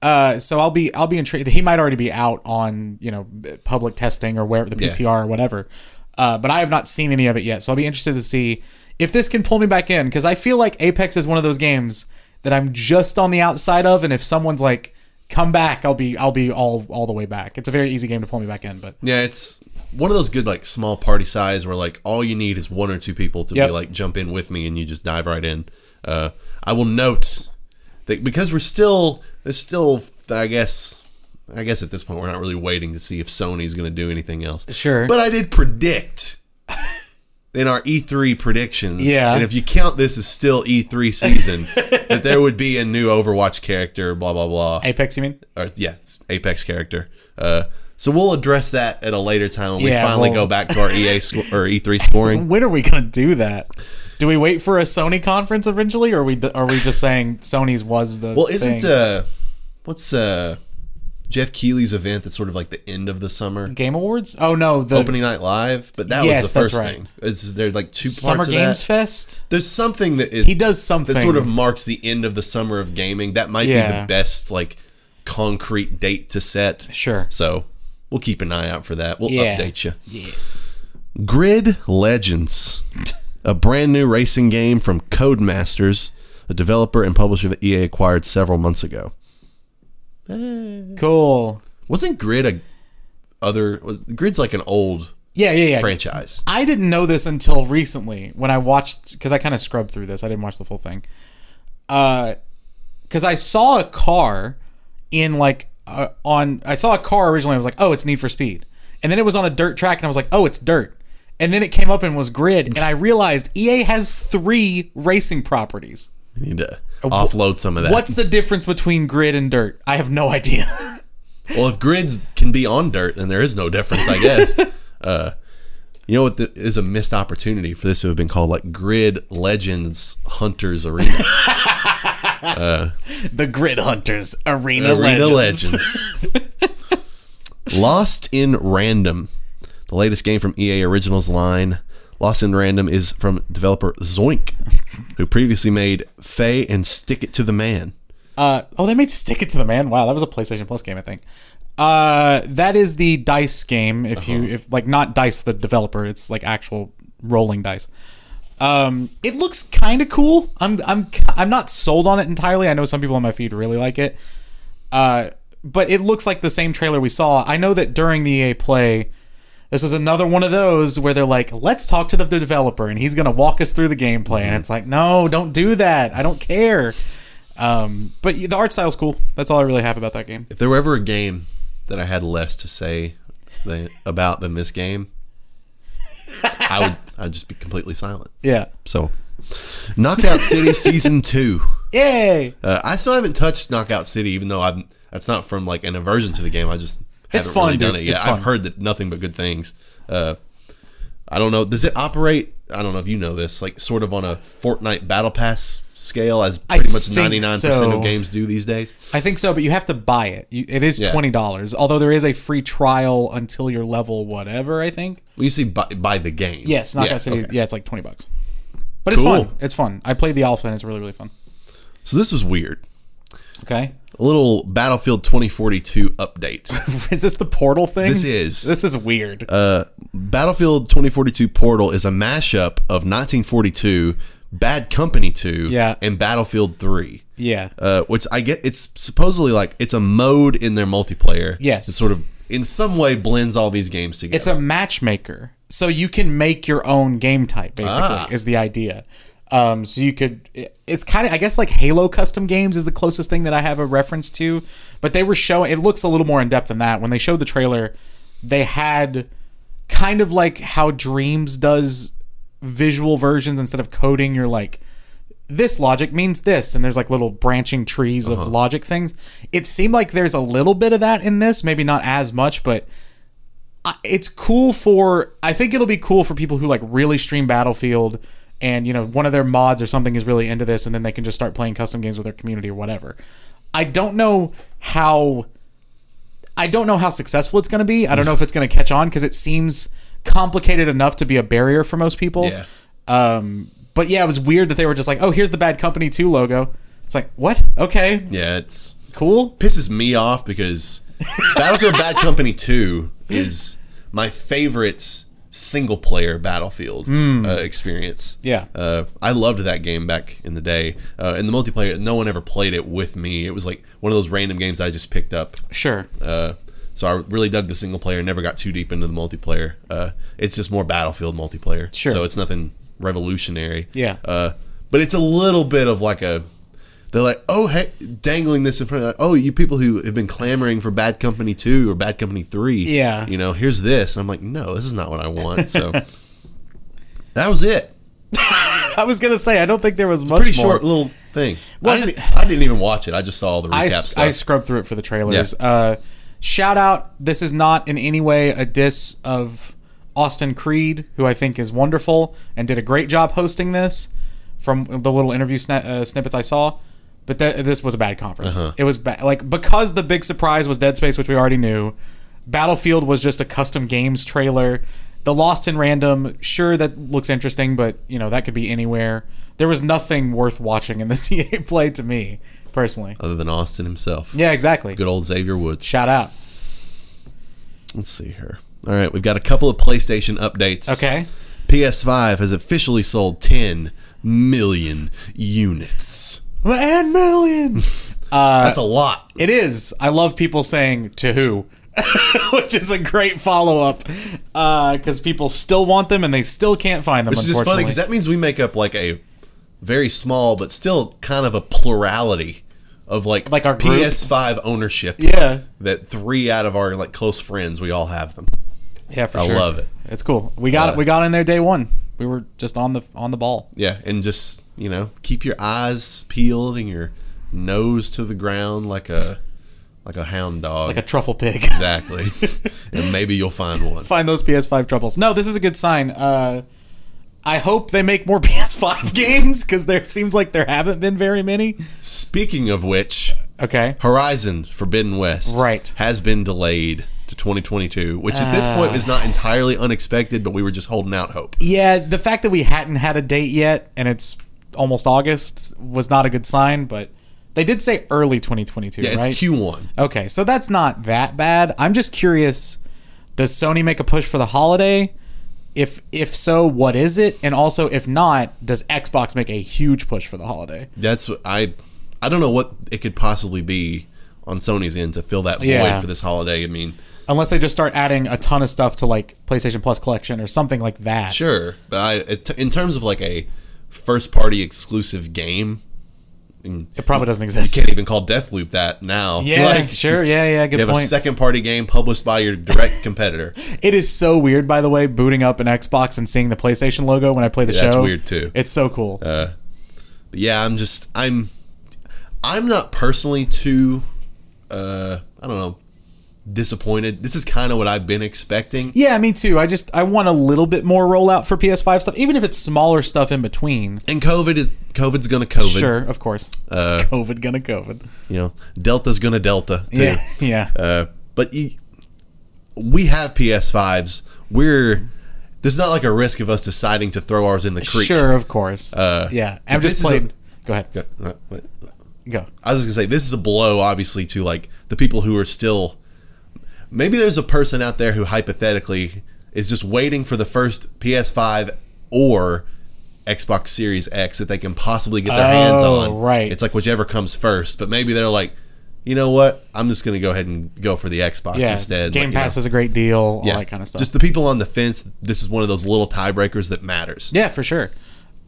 Speaker 2: Uh, so I'll be I'll be intrigued. He might already be out on you know b- public testing or wherever the PTR or whatever. Uh, but I have not seen any of it yet, so I'll be interested to see if this can pull me back in because I feel like Apex is one of those games that I'm just on the outside of, and if someone's like come back, I'll be I'll be all all the way back. It's a very easy game to pull me back in, but
Speaker 1: Yeah, it's one of those good, like, small party size where, like, all you need is one or two people to
Speaker 2: Yep.
Speaker 1: be like, jump in with me and you just dive right in. Uh, I will note that because we're still, there's still, I guess. I guess at this point we're not really waiting to see if Sony's going to do anything else.
Speaker 2: Sure.
Speaker 1: But I did predict in our E3 predictions,
Speaker 2: Yeah.
Speaker 1: and if you count this as still E3 season, that there would be a new Overwatch character, blah blah blah,
Speaker 2: Apex, you mean?
Speaker 1: or yeah, it's Apex character. Uh, so we'll address that at a later time when
Speaker 2: Yeah,
Speaker 1: we finally
Speaker 2: well-
Speaker 1: go back to our EA sco- or E3 scoring.
Speaker 2: When are we gonna do that? Do we wait for a Sony conference eventually, or are we are we just saying Sony's was the
Speaker 1: Well, isn't
Speaker 2: thing?
Speaker 1: uh, what's uh, Jeff Keeley's event that's sort of like the end of the summer?
Speaker 2: Game Awards? Oh no, the
Speaker 1: Opening night live, but that
Speaker 2: Yes,
Speaker 1: was the
Speaker 2: that's
Speaker 1: first
Speaker 2: right.
Speaker 1: thing. Is there like two parts
Speaker 2: Summer
Speaker 1: of
Speaker 2: Games
Speaker 1: that?
Speaker 2: Fest.
Speaker 1: There's something that is,
Speaker 2: He does something.
Speaker 1: that sort of marks the end of the summer of gaming. That might be
Speaker 2: Yeah.
Speaker 1: the best like concrete date to set.
Speaker 2: Sure.
Speaker 1: So we'll keep an eye out for that. We'll
Speaker 2: Yeah.
Speaker 1: update you. Grid Legends, a brand new racing game from Codemasters, a developer and publisher that EA acquired several months ago.
Speaker 2: cool.
Speaker 1: Wasn't Grid a other? Was Grid's like an old
Speaker 2: Yeah, yeah, yeah.
Speaker 1: franchise?
Speaker 2: I didn't know this until recently when I watched because I kind of scrubbed through this. I didn't watch the full thing. Uh, because I saw a car in like uh, on I saw a car originally. I was like, oh, it's Need for Speed, and then it was on a dirt track, and I was like, oh, it's dirt. And then it came up and was grid, and I realized EA has three racing properties.
Speaker 1: We need to
Speaker 2: Uh,
Speaker 1: offload some of that.
Speaker 2: What's the difference between grid and dirt? I have no idea.
Speaker 1: Well, if grids can be on dirt, then there is no difference, I guess. uh, you know what the, is a missed opportunity for this to have been called like Grid Legends Hunters Arena.
Speaker 2: the Grid Hunters Arena,
Speaker 1: Arena
Speaker 2: Legends.
Speaker 1: Legends. Lost in Random, the latest game from EA Originals line. Lost in Random is from developer Zoink, who previously made Faye and Stick It to the Man.
Speaker 2: Uh, oh, they made Stick It to the Man. Wow, that was a PlayStation Plus game, I think. Uh, that is the dice game. If you if like not dice the developer, it's like actual rolling dice. Um, it looks kind of cool. I'm I'm I'm not sold on it entirely. I know some people on my feed really like it. Uh, but it looks like the same trailer we saw. I know that during the EA play, this was another one of those where they're like, "Let's talk to the developer, and he's gonna walk us through the gameplay." And it's like, "No, don't do that. I don't care." Um, but the art style's cool. That's all I really have about that game.
Speaker 1: If there were ever a game that I had less to say than, about than this game, I would I'd just be completely silent.
Speaker 2: Yeah.
Speaker 1: So, Knockout City Season Two.
Speaker 2: Yay!
Speaker 1: Uh, I still haven't touched Knockout City, even though I'm. That's not from like an aversion to the game. I just haven't
Speaker 2: fun,
Speaker 1: really done
Speaker 2: dude.
Speaker 1: it yet.
Speaker 2: It's fun.
Speaker 1: I've heard that nothing but good things. Uh, I don't know. Does it operate? I don't know if you know this. Like sort of on a Fortnite Battle Pass scale, as
Speaker 2: I
Speaker 1: pretty much
Speaker 2: think
Speaker 1: ninety nine percent
Speaker 2: so.
Speaker 1: of games do these days.
Speaker 2: I think so, but you have to buy it. You, it is
Speaker 1: Yeah.
Speaker 2: twenty dollars, although there is a free trial until your level whatever. I think.
Speaker 1: Well, you see, by, by the game.
Speaker 2: Yes, Knockout
Speaker 1: Yeah,
Speaker 2: City.
Speaker 1: okay.
Speaker 2: Yeah, it's like twenty bucks. But it's
Speaker 1: Cool.
Speaker 2: fun. It's fun. I played the alpha and it's really really fun.
Speaker 1: So this was weird.
Speaker 2: Okay.
Speaker 1: A little Battlefield 2042 update.
Speaker 2: Is this the portal thing?
Speaker 1: This is. Uh,
Speaker 2: This is weird.
Speaker 1: Battlefield 2042 Portal is a mashup of 1942, Bad Company 2,
Speaker 2: Yeah.
Speaker 1: and Battlefield 3.
Speaker 2: yeah.
Speaker 1: Uh, which I get, it's supposedly like it's a mode in their multiplayer.
Speaker 2: Yes.
Speaker 1: It sort of, in some way, blends all these games together.
Speaker 2: It's a matchmaker. So you can make your own game type, basically,
Speaker 1: Ah.
Speaker 2: is the idea. Um, so you could, it- it's kind of, I guess, like Halo custom games is the closest thing that I have a reference to. But they were showing, it looks a little more in depth than that. When they showed the trailer, they had kind of like how Dreams does visual versions instead of coding, you're like, this logic means this and there's like little branching trees of logic things it seemed like there's a little bit of that in this maybe not as much but I- it's cool for i think it'll be cool for people who like really stream battlefield and you know one of their mods or something is really into this and then they can just start playing custom games with their community or whatever i don't know how I don't know how successful it's going to be. I don't know if it's going to catch on because it seems complicated enough to be a barrier for most people.
Speaker 1: Yeah.
Speaker 2: Um, but yeah, it was weird that they were just like, "Oh, here's the Bad Company 2 logo." It's like, "What? Okay,
Speaker 1: yeah, it's
Speaker 2: cool."
Speaker 1: pisses me off because Battlefield Bad Company 2 is my favorite single player Battlefield uh, experience.
Speaker 2: Hmm. Yeah.
Speaker 1: Uh, I loved that game back in the day. Uh, and the multiplayer, no one ever played it with me. It was like one of those random games I just picked up.
Speaker 2: Sure.
Speaker 1: Uh, so I really dug the single player, never got too deep into the multiplayer. Uh, it's just more Battlefield multiplayer.
Speaker 2: Sure.
Speaker 1: So it's nothing revolutionary.
Speaker 2: Yeah.
Speaker 1: Uh, but it's a little bit of like a. They're like, oh, hey, dangling this in front of like, oh, you people who have been clamoring for Bad Company 2 or Bad Company 3.
Speaker 2: Yeah.
Speaker 1: You know, here's this. I'm like, no, this is not what I want. So That was it.
Speaker 2: I was gonna say I don't think there was much
Speaker 1: Pretty
Speaker 2: more.
Speaker 1: short little thing. I
Speaker 2: Wasn't-
Speaker 1: didn't, I didn't even watch it. I just saw all the recap
Speaker 2: I, s-
Speaker 1: stuff.
Speaker 2: I scrubbed through it for the trailers. Uh, shout out. This is not in any way a diss of Austin Creed, who I think is wonderful and did a great job hosting this from the little interview sna- uh, snippets I saw. But th- this was a bad conference.
Speaker 1: Uh-huh.
Speaker 2: It was bad. Like, because the big surprise was Dead Space, which we already knew, Battlefield was just a custom games trailer. The Lost in Random, sure, that looks interesting, but, you know, that could be anywhere. There was nothing worth watching in the CA play to me, personally.
Speaker 1: other than Austin himself.
Speaker 2: Yeah, exactly.
Speaker 1: Good old Xavier Woods.
Speaker 2: Shout out.
Speaker 1: Let's see here. All right, we've got a couple of PlayStation updates.
Speaker 2: Okay.
Speaker 1: PS5 has officially sold 10 million units.
Speaker 2: And million. Uh,
Speaker 1: That's a lot.
Speaker 2: It is. I love people saying to who, which is a great follow up because people still want them and they still can't find them.
Speaker 1: Which is just funny
Speaker 2: unfortunately.
Speaker 1: because that means we make up like a very small but still kind of a plurality of like
Speaker 2: Like our group?
Speaker 1: PS5 ownership.
Speaker 2: Yeah.
Speaker 1: That three out of our like close friends, we all have them.
Speaker 2: yeah, for
Speaker 1: I
Speaker 2: sure.
Speaker 1: love it.
Speaker 2: It's cool. We got it. We got in there day one. We were just on the on the ball.
Speaker 1: Yeah, and just you know, keep your eyes peeled and your nose to the ground like a like a hound dog.
Speaker 2: Like a truffle pig.
Speaker 1: exactly, and maybe you'll find one.
Speaker 2: find those PS5 troubles. No, this is a good sign. Uh, I hope they make more PS5 games because there seems like there haven't been very many.
Speaker 1: Speaking of which,
Speaker 2: Okay.
Speaker 1: Horizon Forbidden West
Speaker 2: Right.
Speaker 1: has been delayed to 2022, which at this point is
Speaker 2: Uh.
Speaker 1: not entirely unexpected, but we were just holding out hope.
Speaker 2: Yeah, the fact that we hadn't had a date yet and it's almost August was not a good sign, but they did say early 2022,
Speaker 1: Yeah, it's
Speaker 2: right?
Speaker 1: Q1.
Speaker 2: Okay, so that's not that bad. I'm just curious does Sony make a push for the holiday? If if so, what is it? And also if not, does Xbox make a huge push for the holiday?
Speaker 1: That's what I I don't know what it could possibly be on Sony's end to fill that void
Speaker 2: Yeah.
Speaker 1: for this holiday. I mean,
Speaker 2: Unless they just start adding a ton of stuff to like PlayStation Plus collection or something like that.
Speaker 1: Sure, but I, it- in terms of like a first party exclusive game, you
Speaker 2: It probably doesn't exist.
Speaker 1: can't even call Deathloop that now.
Speaker 2: yeah,
Speaker 1: Like,
Speaker 2: sure. Yeah, yeah, good
Speaker 1: you have a
Speaker 2: point.
Speaker 1: second party game published by your direct competitor.
Speaker 2: It is so weird, by the way, booting up an Xbox and seeing the PlayStation logo when I play the
Speaker 1: Yeah,
Speaker 2: show.
Speaker 1: that's weird, too. Uh,
Speaker 2: It's so cool.
Speaker 1: But yeah, I'm just I'm I'm not personally too uh I don't know disappointed. This is kind of what I've been expecting.
Speaker 2: yeah, me too. I just I want a little bit more rollout for PS5 stuff, even if it's smaller stuff in between.
Speaker 1: And COVID is COVID's gonna COVID. Uh,
Speaker 2: Sure, of course. COVID gonna COVID.
Speaker 1: You know, Delta's gonna Delta too.
Speaker 2: Yeah, yeah.
Speaker 1: Uh, but you, we have PS5s. We're there's not like a risk of us deciding to throw ours in the creek. Uh,
Speaker 2: Sure, of course. yeah, I'm
Speaker 1: this
Speaker 2: just
Speaker 1: is
Speaker 2: playing.
Speaker 1: a-
Speaker 2: go ahead.
Speaker 1: Go- uh, wait.
Speaker 2: Go.
Speaker 1: I was gonna say this is a blow, obviously, to like the people who are still. Maybe there's a person out there who hypothetically is just waiting for the first PS5 or Xbox Series X that they can possibly get their hands
Speaker 2: Oh,
Speaker 1: on.
Speaker 2: right.
Speaker 1: It's like whichever comes first, but maybe they're like, you know what? I'm just gonna go ahead and go for the Xbox
Speaker 2: Yeah,
Speaker 1: instead.
Speaker 2: Game
Speaker 1: like, you know.
Speaker 2: Pass is a great deal. All that kind of stuff.
Speaker 1: Just the people on the fence. This is one of those little tiebreakers that matters.
Speaker 2: Yeah, for sure.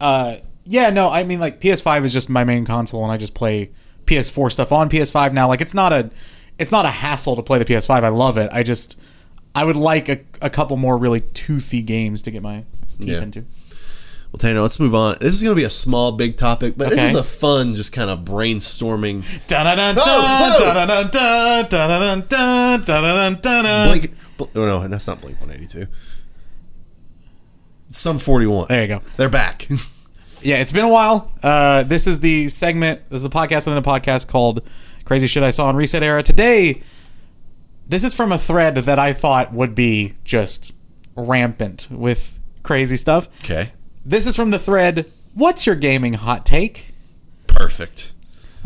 Speaker 2: Uh, yeah, no, I mean like PS5 is just my main console, and I just play PS4 stuff on PS5 now. Like it's not a, it's not a hassle to play the PS5. I love it. I just, I would like a, a couple more really toothy games to get my teeth
Speaker 1: Yeah. Oh,
Speaker 2: into.
Speaker 1: Well, Tana, let's move on. This is going to be a small, big topic, but
Speaker 2: Okay.
Speaker 1: this is a fun, just kind of brainstorming.
Speaker 2: Dun-dun-dun,
Speaker 1: Oh, whoa!
Speaker 2: dun-dun-dun, dun-dun-dun, dun-dun-dun.
Speaker 1: Blink. Bl- oh, no, that's not Blink 182. Some 41.
Speaker 2: There you go.
Speaker 1: They're back.
Speaker 2: Yeah, it's been a while. Uh, this is the segment. This is the podcast within a podcast called "Crazy Shit I Saw in Reset Era." Today, this is from a thread that I thought would be just rampant with crazy stuff.
Speaker 1: okay.
Speaker 2: This is from the thread. What's your gaming hot take?
Speaker 1: Perfect.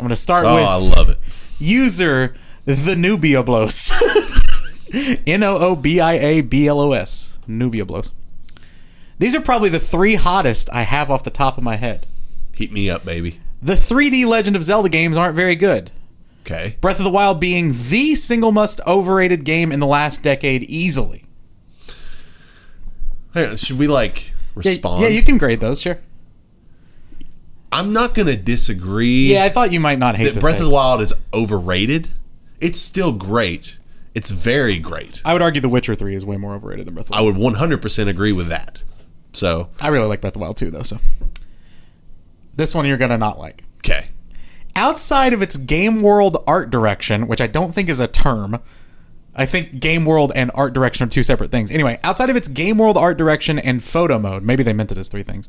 Speaker 2: I'm going to start
Speaker 1: Oh,
Speaker 2: with
Speaker 1: I love it.
Speaker 2: user the Nubia Blows. N O O B I A B L O S. Nubia Blows. These are probably the three hottest I have off the top of my head.
Speaker 1: Heat me up, baby.
Speaker 2: The 3D Legend of Zelda games aren't very good.
Speaker 1: Okay.
Speaker 2: Breath of the Wild being the single most overrated game in the last decade easily.
Speaker 1: Hang on, should we, like, respond?
Speaker 2: Yeah, you can grade those, sure.
Speaker 1: I'm not going to disagree
Speaker 2: Yeah, I thought you might not hate
Speaker 1: that
Speaker 2: this.
Speaker 1: Breath
Speaker 2: take.
Speaker 1: of the Wild is overrated. It's still great. It's very great.
Speaker 2: I would argue The Witcher 3 is way more overrated than Breath of the
Speaker 1: I
Speaker 2: Wild.
Speaker 1: would 100% agree with that. So
Speaker 2: I really like Breath of the Wild too, though. So this one you're gonna not like.
Speaker 1: okay,
Speaker 2: Outside of its game world art direction, which I don't think is a term, I think game world and art direction are two separate things. Anyway, outside of its game world art direction and photo mode, maybe they meant it as three things.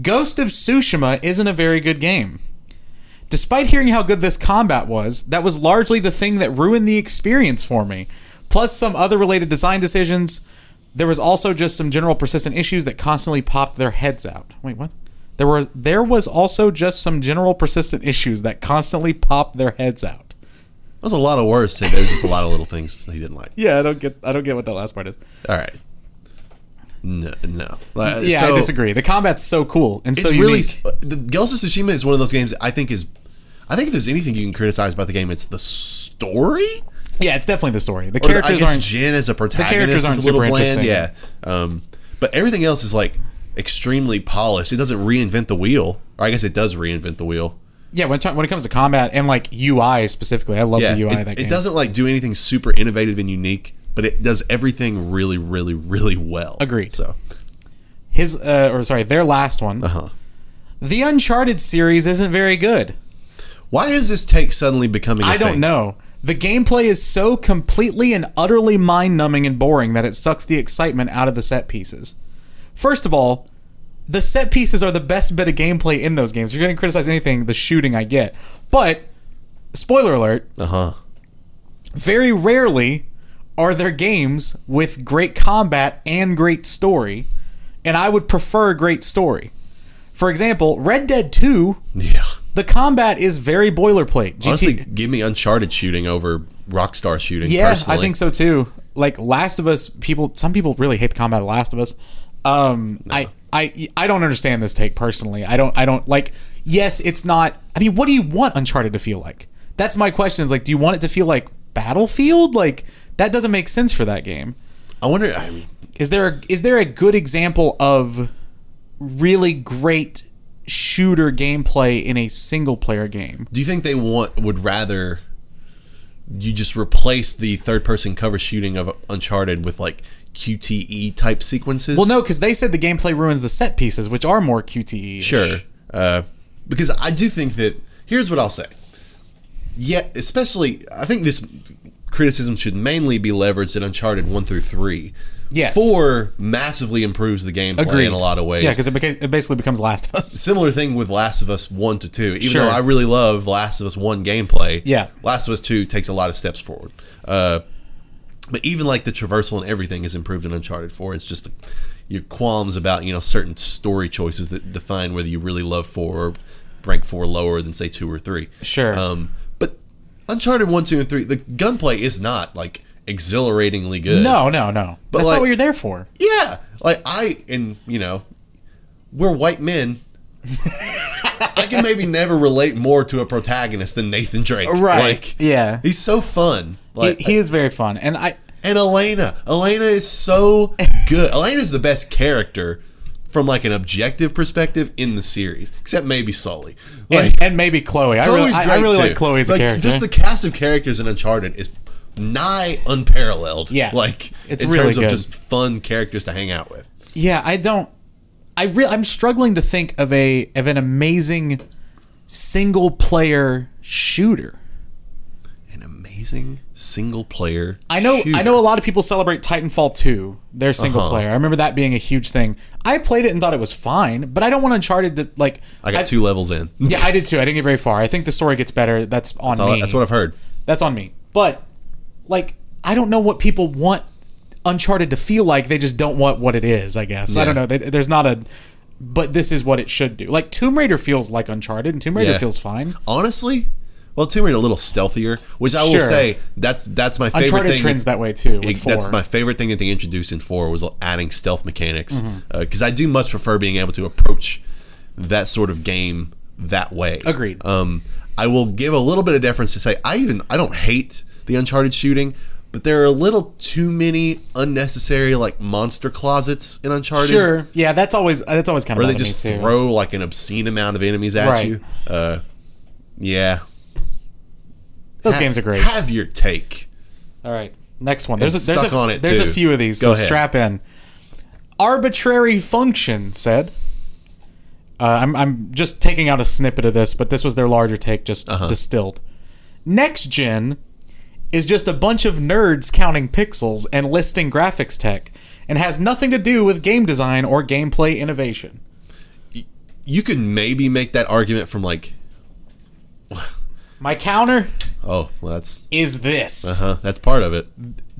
Speaker 2: Ghost of Tsushima isn't a very good game. Despite hearing how good this combat was, that was largely the thing that ruined the experience for me. Plus some other related design decisions. There was also just some general persistent issues that constantly popped their heads out. Wait, what? There were there was also just some general persistent issues that constantly popped their heads out.
Speaker 1: that was a lot of words. Said there's just a lot of little things he didn't like.
Speaker 2: Yeah, I don't get I don't get what that last part is.
Speaker 1: All right, no, no. Uh,
Speaker 2: Yeah,
Speaker 1: so
Speaker 2: I disagree. The combat's so cool and so
Speaker 1: It's
Speaker 2: unique.
Speaker 1: really uh, the Ghost of Tsushima is one of those games that I think is. I think if there's anything you can criticize about the game, it's the story.
Speaker 2: yeah, it's definitely the story. The
Speaker 1: Or the- I
Speaker 2: characters
Speaker 1: guess
Speaker 2: aren't
Speaker 1: Jin as a
Speaker 2: characters
Speaker 1: protagonist
Speaker 2: aren't
Speaker 1: is a little
Speaker 2: super
Speaker 1: bland. Yeah,
Speaker 2: interesting.
Speaker 1: um, but everything else is like extremely polished. It doesn't reinvent the wheel, or I guess it does reinvent the wheel.
Speaker 2: Yeah, when, it when it comes to combat and like UI specifically, I love
Speaker 1: Yeah,
Speaker 2: the UI
Speaker 1: it,
Speaker 2: of that
Speaker 1: it
Speaker 2: game.
Speaker 1: doesn't like do anything super innovative and unique, but it does everything really, really, really well.
Speaker 2: Agreed.
Speaker 1: So
Speaker 2: His uh, or sorry, their last one.
Speaker 1: Uh-huh.
Speaker 2: The Uncharted series isn't very good.
Speaker 1: why does this take suddenly becoming? I
Speaker 2: I don't know. The gameplay is so completely and utterly mind numbing and boring that it sucks the excitement out of the set pieces. First of all, the set pieces are the best bit of gameplay in those games. If you're going to criticize anything, the shooting I get. But, spoiler alert,
Speaker 1: Uh huh.
Speaker 2: very rarely are there games with great combat and great story, and I would prefer great story. For example, Red Dead 2,
Speaker 1: Yeah.
Speaker 2: the combat is very boilerplate. GT-
Speaker 1: Honestly, give me Uncharted shooting over Rockstar shooting.
Speaker 2: yeah,
Speaker 1: personally.
Speaker 2: I think so too. Like Last of Us, people some people really hate the combat of Last of Us. Um, I, I I don't understand this take personally. I don't I don't like. Yes, it's not. I mean, what do you want Uncharted to feel like? That's my question. Is like, do you want it to feel like Battlefield? Like that doesn't make sense for that game.
Speaker 1: I wonder. I mean,
Speaker 2: Is there a, is there a good example of really great shooter gameplay in a single player game?
Speaker 1: Do you think they want would rather you just replace the third person cover shooting of Uncharted with like QTE type sequences?
Speaker 2: Well, no, because they said the gameplay ruins the set pieces, which are more E. QTE. -ish.
Speaker 1: sure. Uh, because I do think that here's what I'll say. Yeah, especially I think this criticism should mainly be leveraged at Uncharted one through three.
Speaker 2: Yes.
Speaker 1: four massively improves the gameplay
Speaker 2: Agreed.
Speaker 1: in a lot of ways.
Speaker 2: Yeah, because it, beca- it basically becomes Last of Us.
Speaker 1: similar thing with Last of Us one to two. Even
Speaker 2: Sure.
Speaker 1: though I really love Last of Us one gameplay,
Speaker 2: Yeah.
Speaker 1: Last of Us two takes a lot of steps forward. Uh, but even like the traversal and everything is improved in Uncharted four. It's just your qualms about you know certain story choices that define whether you really love four or rank four lower than say two or three.
Speaker 2: Sure.
Speaker 1: Um, but Uncharted one, two, and three, the gunplay is not like exhilaratingly good.
Speaker 2: No, no, no. That's not
Speaker 1: like-
Speaker 2: what you're there for.
Speaker 1: Yeah. Like I and you know, we're white men. I can maybe never relate more to a protagonist than Nathan Drake. Like
Speaker 2: yeah.
Speaker 1: he's so fun.
Speaker 2: He,
Speaker 1: Like
Speaker 2: he is very fun, and I.
Speaker 1: and Elena. Elena is so good. Elena's the best character from like an objective perspective in the series, except maybe Sully. Like
Speaker 2: And, and maybe Chloe. I really,
Speaker 1: Chloe's
Speaker 2: I, I
Speaker 1: great
Speaker 2: really
Speaker 1: too.
Speaker 2: like Chloe as a
Speaker 1: Like,
Speaker 2: character.
Speaker 1: Just the cast of characters in Uncharted is nigh unparalleled.
Speaker 2: Yeah.
Speaker 1: Like
Speaker 2: It's
Speaker 1: in
Speaker 2: really
Speaker 1: terms
Speaker 2: good.
Speaker 1: of just fun characters to hang out with.
Speaker 2: yeah, I don't. I re- I'm struggling to think of a of an amazing single player shooter.
Speaker 1: an amazing single player.
Speaker 2: I know
Speaker 1: shooter.
Speaker 2: I know a lot of people celebrate Titanfall 2, their single
Speaker 1: Uh-huh.
Speaker 2: player. I remember that being a huge thing. I played it and thought it was fine, but I don't want Uncharted to like
Speaker 1: I got two levels in.
Speaker 2: Yeah, I did too. I didn't get very far. I think the story gets better. That's on
Speaker 1: That's all-
Speaker 2: me.
Speaker 1: Oh, That's what I've heard.
Speaker 2: That's on me. But like I don't know what people want Uncharted to feel like. They just don't want what it is, I guess. I
Speaker 1: Yeah.
Speaker 2: don't know. They, there's not a but this is what it should do. Like Tomb Raider feels like Uncharted and Tomb Raider
Speaker 1: Yeah.
Speaker 2: feels fine.
Speaker 1: Honestly, well, Tomb Raider a little stealthier, which I will
Speaker 2: Sure.
Speaker 1: say that's that's my favorite
Speaker 2: Uncharted
Speaker 1: thing.
Speaker 2: trends that way too. With
Speaker 1: it- that's
Speaker 2: four.
Speaker 1: my favorite thing that they introduced in four was adding stealth mechanics
Speaker 2: Mm-hmm.
Speaker 1: because I do much prefer being able to approach that sort of game that way.
Speaker 2: Agreed.
Speaker 1: Um, I will give a little bit of deference to say I even I don't hate the Uncharted shooting, but there are a little too many unnecessary like monster closets in Uncharted.
Speaker 2: Sure. Yeah, that's always that's always kind of
Speaker 1: or they
Speaker 2: bothered me
Speaker 1: just
Speaker 2: too.
Speaker 1: throw like an obscene amount of enemies at
Speaker 2: Right.
Speaker 1: you. Uh, yeah,
Speaker 2: Those
Speaker 1: Ha-
Speaker 2: games are great.
Speaker 1: Have your take.
Speaker 2: All right, next one. There's a, there's
Speaker 1: suck
Speaker 2: a,
Speaker 1: on it,
Speaker 2: there's a
Speaker 1: too.
Speaker 2: few of these,
Speaker 1: Go
Speaker 2: so
Speaker 1: ahead.
Speaker 2: strap in. arbitrary function said. Uh, I'm, I'm just taking out a snippet of this, but this was their larger take, just
Speaker 1: Uh-huh.
Speaker 2: distilled. Next gen is just a bunch of nerds counting pixels and listing graphics tech and has nothing to do with game design or gameplay innovation.
Speaker 1: You could maybe make that argument from like,
Speaker 2: My counter
Speaker 1: oh, well, that's
Speaker 2: is this.
Speaker 1: huh, that's part of it.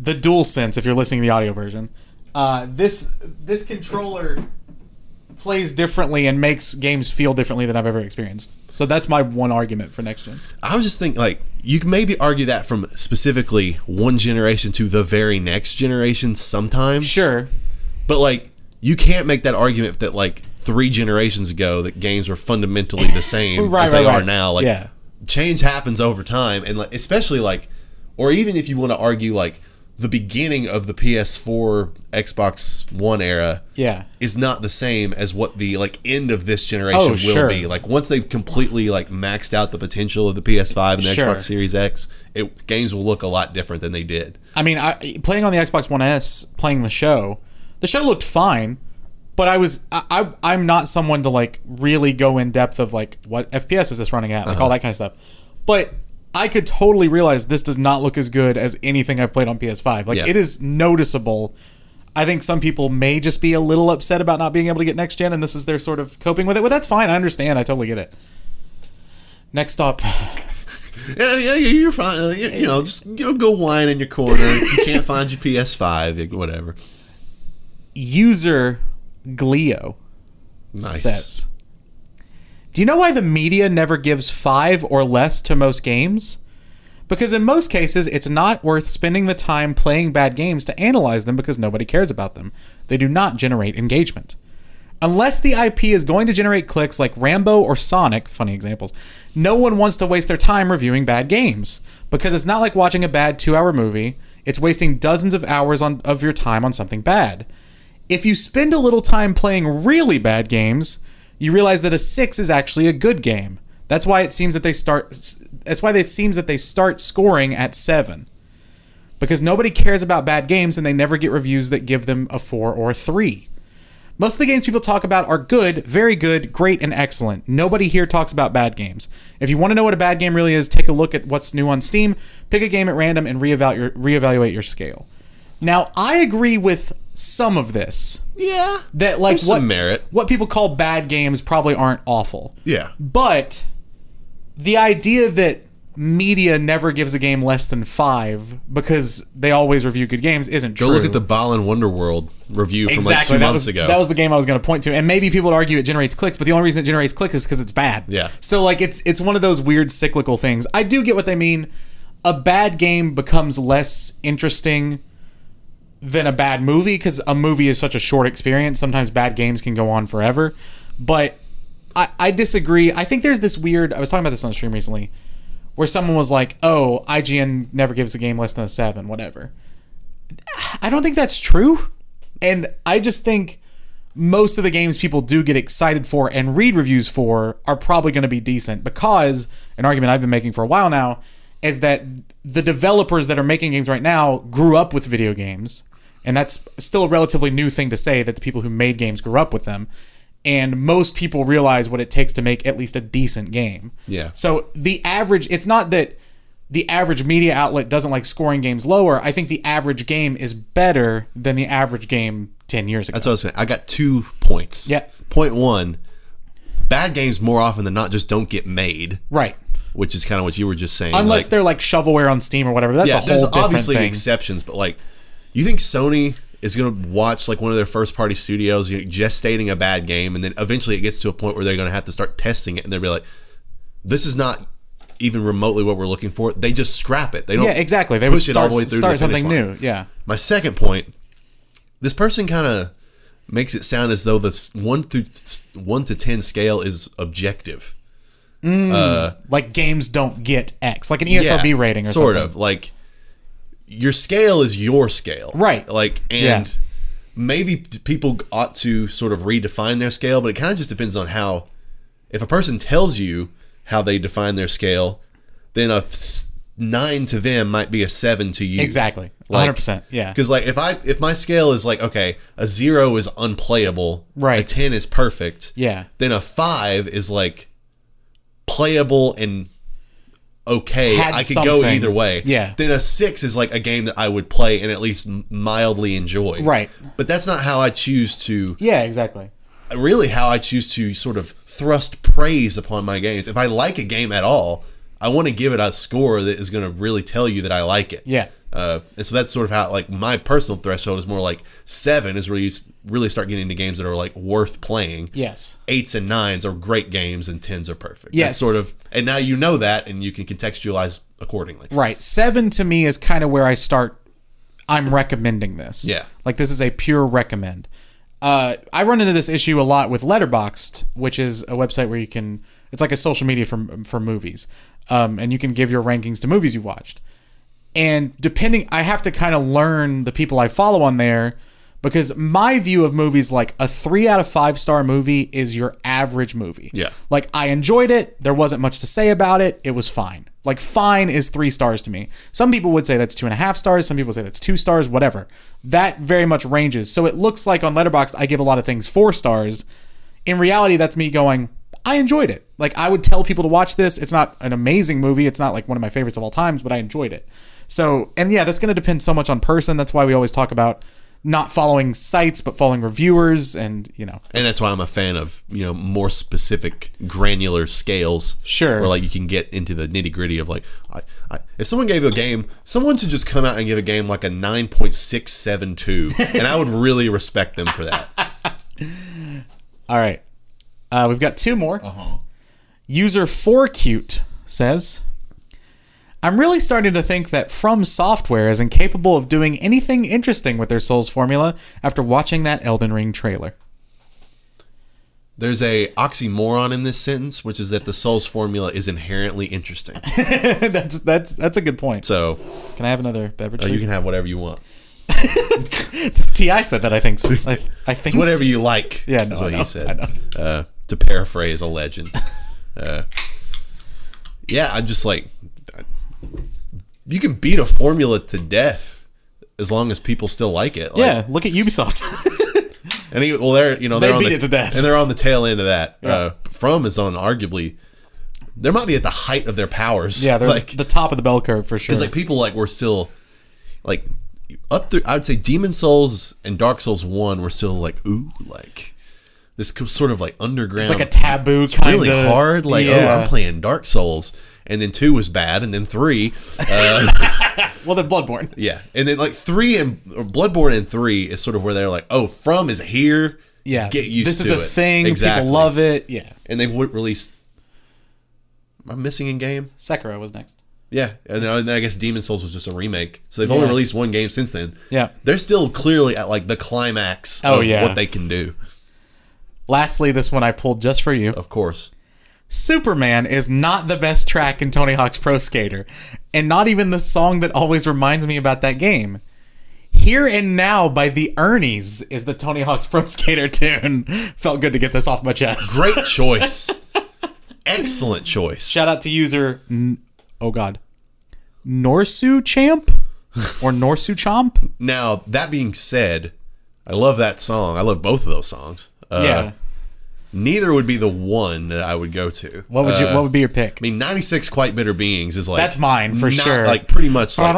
Speaker 2: the DualSense if you're listening to the audio version. Uh, this this controller plays differently and makes games feel differently than I've ever experienced. So that's my one argument for next gen.
Speaker 1: I was just thinking, like, you can maybe argue that from specifically one generation to the very next generation sometimes.
Speaker 2: Sure.
Speaker 1: But, like, you can't make that argument that, like, three generations ago that games were fundamentally the same
Speaker 2: Right,
Speaker 1: as they
Speaker 2: right,
Speaker 1: are
Speaker 2: right.
Speaker 1: now. Like,
Speaker 2: Yeah.
Speaker 1: change happens over time. And, like, especially, like, or even if you want to argue, like, the beginning of the PS4, Xbox One era
Speaker 2: Yeah.
Speaker 1: is not the same as what the like end of this generation
Speaker 2: Oh,
Speaker 1: will
Speaker 2: sure.
Speaker 1: be. Like once they've completely like maxed out the potential of the PS5 and the
Speaker 2: Sure.
Speaker 1: Xbox Series X, it games will look a lot different than they did.
Speaker 2: I mean, I, playing on the Xbox One S, playing the show, the show looked fine, but I was I, I I'm not someone to like really go in depth of like what FPS is this running at, like all that kind of stuff. But I could totally realize this does not look as good as anything I've played on PS5. Like
Speaker 1: Yeah.
Speaker 2: it is noticeable. I think some people may just be a little upset about not being able to get next gen, and this is their sort of coping with it. Well, that's fine. I understand. I totally get it. Next up,
Speaker 1: Yeah, yeah, yeah, you're fine. Uh, You, you know, just go, go whine in your corner. you can't find your PS5, like, whatever.
Speaker 2: user Glio.
Speaker 1: Nice.
Speaker 2: says. Do you know why the media never gives five or less to most games? Because in most cases, it's not worth spending the time playing bad games to analyze them because nobody cares about them. They do not generate engagement. Unless the IP is going to generate clicks like Rambo or Sonic, funny examples, no one wants to waste their time reviewing bad games because it's not like watching a bad two hour movie. It's wasting dozens of hours on, of your time on something bad. If you spend a little time playing really bad games, you realize that a six is actually a good game. That's why it seems that they start. That's why it seems that they start scoring at seven, because nobody cares about bad games and they never get reviews that give them a four or a three. Most of the games people talk about are good, very good, great, and excellent. Nobody here talks about bad games. If you want to know what a bad game really is, take a look at what's new on Steam, pick a game at random, and reevaluate your, reevaluate your scale. Now, I agree with some of this
Speaker 1: Yeah.
Speaker 2: that like
Speaker 1: There's
Speaker 2: what
Speaker 1: some merit.
Speaker 2: what people call bad games probably aren't awful.
Speaker 1: Yeah.
Speaker 2: But the idea that media never gives a game less than 5 because they always review good games isn't true.
Speaker 1: Go look at the Ballin Wonderworld review from like two
Speaker 2: that
Speaker 1: months
Speaker 2: was,
Speaker 1: ago.
Speaker 2: That was the game I was going to point to, and maybe people would argue it generates clicks, but the only reason it generates clicks is because it's bad.
Speaker 1: Yeah.
Speaker 2: So like it's it's one of those weird cyclical things. I do get what they mean. A bad game becomes less interesting than a bad movie because a movie is such a short experience. Sometimes bad games can go on forever, but I, I disagree. I think there's this weird. I was talking about this on stream recently, where someone was like, "Oh, IGN never gives a game less than a seven, whatever." I don't think that's true. And I just think most of the games people do get excited for and read reviews for are probably going to be decent because an argument I've been making for a while now is that the developers that are making games right now grew up with video games. And that's still a relatively new thing to say that the people who made games grew up with them. And most people realize what it takes to make at least a decent game.
Speaker 1: Yeah.
Speaker 2: So the average, it's not that the average media outlet doesn't like scoring games lower. I think the average game is better than the average game 10 years ago.
Speaker 1: That's what I was saying. I got two points.
Speaker 2: Yeah.
Speaker 1: Point one bad games more often than not just don't get made,
Speaker 2: right.
Speaker 1: which is kind of what you were just saying.
Speaker 2: Unless
Speaker 1: like-
Speaker 2: they're like shovelware on Steam or whatever. That's a
Speaker 1: yeah,
Speaker 2: whole
Speaker 1: there's
Speaker 2: different
Speaker 1: obviously
Speaker 2: thing.
Speaker 1: exceptions, but like, you think Sony is gonna watch like one of their first party studios you know, gestating a bad game, and then eventually it gets to a point where they're gonna have to start testing it, and they'll be like, "This is not even remotely what we're looking for." They just scrap it. They don't.
Speaker 2: yeah, exactly. They would
Speaker 1: push it all
Speaker 2: start,
Speaker 1: the way through to
Speaker 2: start
Speaker 1: the finish
Speaker 2: something
Speaker 1: line.
Speaker 2: new. Yeah.
Speaker 1: My second point: this person kind of makes it sound as though the s- one through s- one to ten scale is objective.
Speaker 2: Like games don't get X, like an E ESRB
Speaker 1: Yeah,
Speaker 2: rating or
Speaker 1: sort
Speaker 2: something.
Speaker 1: of like your scale is your scale,
Speaker 2: Right.
Speaker 1: Like and maybe t- people ought to sort of redefine their scale, but it kind of just depends on how. If a person tells you how they define their scale, then a s- nine to them might be a seven to you.
Speaker 2: Exactly.
Speaker 1: Like,
Speaker 2: 100%, yeah.
Speaker 1: Because like if I if my scale is like okay, a zero is unplayable, A
Speaker 2: Right.
Speaker 1: ten is perfect,
Speaker 2: Yeah.
Speaker 1: Then a five is like playable and okay.
Speaker 2: Had
Speaker 1: I could go
Speaker 2: something.
Speaker 1: either way.
Speaker 2: Yeah.
Speaker 1: Then a six is like a game that I would play and at least m- mildly enjoy.
Speaker 2: Right.
Speaker 1: But that's not how I choose to
Speaker 2: Yeah, exactly.
Speaker 1: really how I choose to sort of thrust praise upon my games. If I like a game at all, I want to give it a score that is going to really tell you that I like it.
Speaker 2: Yeah.
Speaker 1: Uh, and so that's sort of how like my personal threshold is more like seven is where you s- really start getting into games that are like worth playing.
Speaker 2: Yes.
Speaker 1: Eights and nines are great games and tens are perfect. That's
Speaker 2: Yes.
Speaker 1: sort of and now you know that and you can contextualize accordingly.
Speaker 2: Right. Seven to me is kind of where I start. I'm recommending this.
Speaker 1: Yeah.
Speaker 2: Like this is a pure recommend. Uh, I run into this issue a lot with Letterboxd, which is a website where you can. It's like a social media for for movies, um, and you can give your rankings to movies you watched. And depending, I have to kind of learn the people I follow on there because my view of movies like a three out of five star movie is your average movie.
Speaker 1: Yeah.
Speaker 2: Like I enjoyed it. There wasn't much to say about it. It was fine. Like fine is three stars to me. Some people would say that's two and a half stars. Some people say that's two stars. Whatever. That very much ranges. So it looks like on Letterboxd I give a lot of things four stars. In reality, that's me going. I enjoyed it. Like I would tell people to watch this. It's not an amazing movie. It's not like one of my favorites of all times, but I enjoyed it. So and yeah, that's going to depend so much on person. That's why we always talk about not following sites but following reviewers and you know
Speaker 1: And that's why I'm a fan of, you know, more specific granular scales.
Speaker 2: Sure.
Speaker 1: Where like you can get into the nitty gritty of like, I, I, if someone gave a game, someone should just come out and give a game like a 9.672. and I would really respect them for that.
Speaker 2: All right. Uh, we've got two more. Uh-huh. User 4Cute says, I'm really starting to think that From Software is incapable of doing anything interesting with their Souls formula after watching that Elden Ring trailer.
Speaker 1: There's a oxymoron in this sentence, which is that the Souls formula is inherently interesting.
Speaker 2: that's that's that's a good point.
Speaker 1: So
Speaker 2: Can I have another beverage?
Speaker 1: uh, you
Speaker 2: please?
Speaker 1: can have whatever you want.
Speaker 2: Ti said that I think. So. I, I
Speaker 1: It's
Speaker 2: think.
Speaker 1: whatever you like.
Speaker 2: Yeah, no,
Speaker 1: is
Speaker 2: I
Speaker 1: what
Speaker 2: know,
Speaker 1: he said.
Speaker 2: I know.
Speaker 1: Uh, to paraphrase a legend. Uh, yeah, I just like you can beat a formula to death as long as people still like it. Like,
Speaker 2: Yeah, look at Ubisoft.
Speaker 1: and he, well, they're you know they're on
Speaker 2: beat
Speaker 1: the,
Speaker 2: it to death.
Speaker 1: and they're on the tail end of that. Uh, From is on arguably they might be at the height of their powers.
Speaker 2: yeah, they're
Speaker 1: like
Speaker 2: the top of the bell curve for sure.
Speaker 1: it's like people like were still like up through. I would say Demon Souls and Dark Souls One were still like ooh like this co- sort of like underground.
Speaker 2: It's like a taboo kind of
Speaker 1: really hard. Like oh, I'm playing Dark Souls, and then two was bad, and then three, uh,
Speaker 2: Well, they're Bloodborne.
Speaker 1: yeah, and then like three and or Bloodborne and three is sort of where they're like oh from is here.
Speaker 2: Yeah,
Speaker 1: get used
Speaker 2: this
Speaker 1: to
Speaker 2: is a
Speaker 1: it.
Speaker 2: thing.
Speaker 1: Exactly.
Speaker 2: People love it. Yeah,
Speaker 1: and they've w- released. Am I missing a game?
Speaker 2: Sekiro was next.
Speaker 1: Yeah, and then I guess Demon Souls was just a remake, so they've only
Speaker 2: Yeah.
Speaker 1: released one game since then.
Speaker 2: Yeah.
Speaker 1: they're still clearly at like the climax
Speaker 2: Oh,
Speaker 1: of
Speaker 2: yeah.
Speaker 1: what they can do.
Speaker 2: Lastly, this one I pulled just for you.
Speaker 1: Of course,
Speaker 2: Superman is not the best track in Tony Hawk's Pro Skater, and not even the song that always reminds me about that game. Here and Now by the Ernies is the Tony Hawk's Pro Skater tune. Felt good to get this off my chest.
Speaker 1: great choice, excellent choice.
Speaker 2: Shout out to user, N- oh god, Norsu Champ or Norsu Chomp.
Speaker 1: Now that being said, I love that song. I love both of those songs. Uh,
Speaker 2: yeah.
Speaker 1: neither would be the one that I would go to.
Speaker 2: What would you?
Speaker 1: Uh,
Speaker 2: what would be your pick?
Speaker 1: I mean, ninety six quite bitter beings is like
Speaker 2: That's mine, for sure.
Speaker 1: Like pretty much like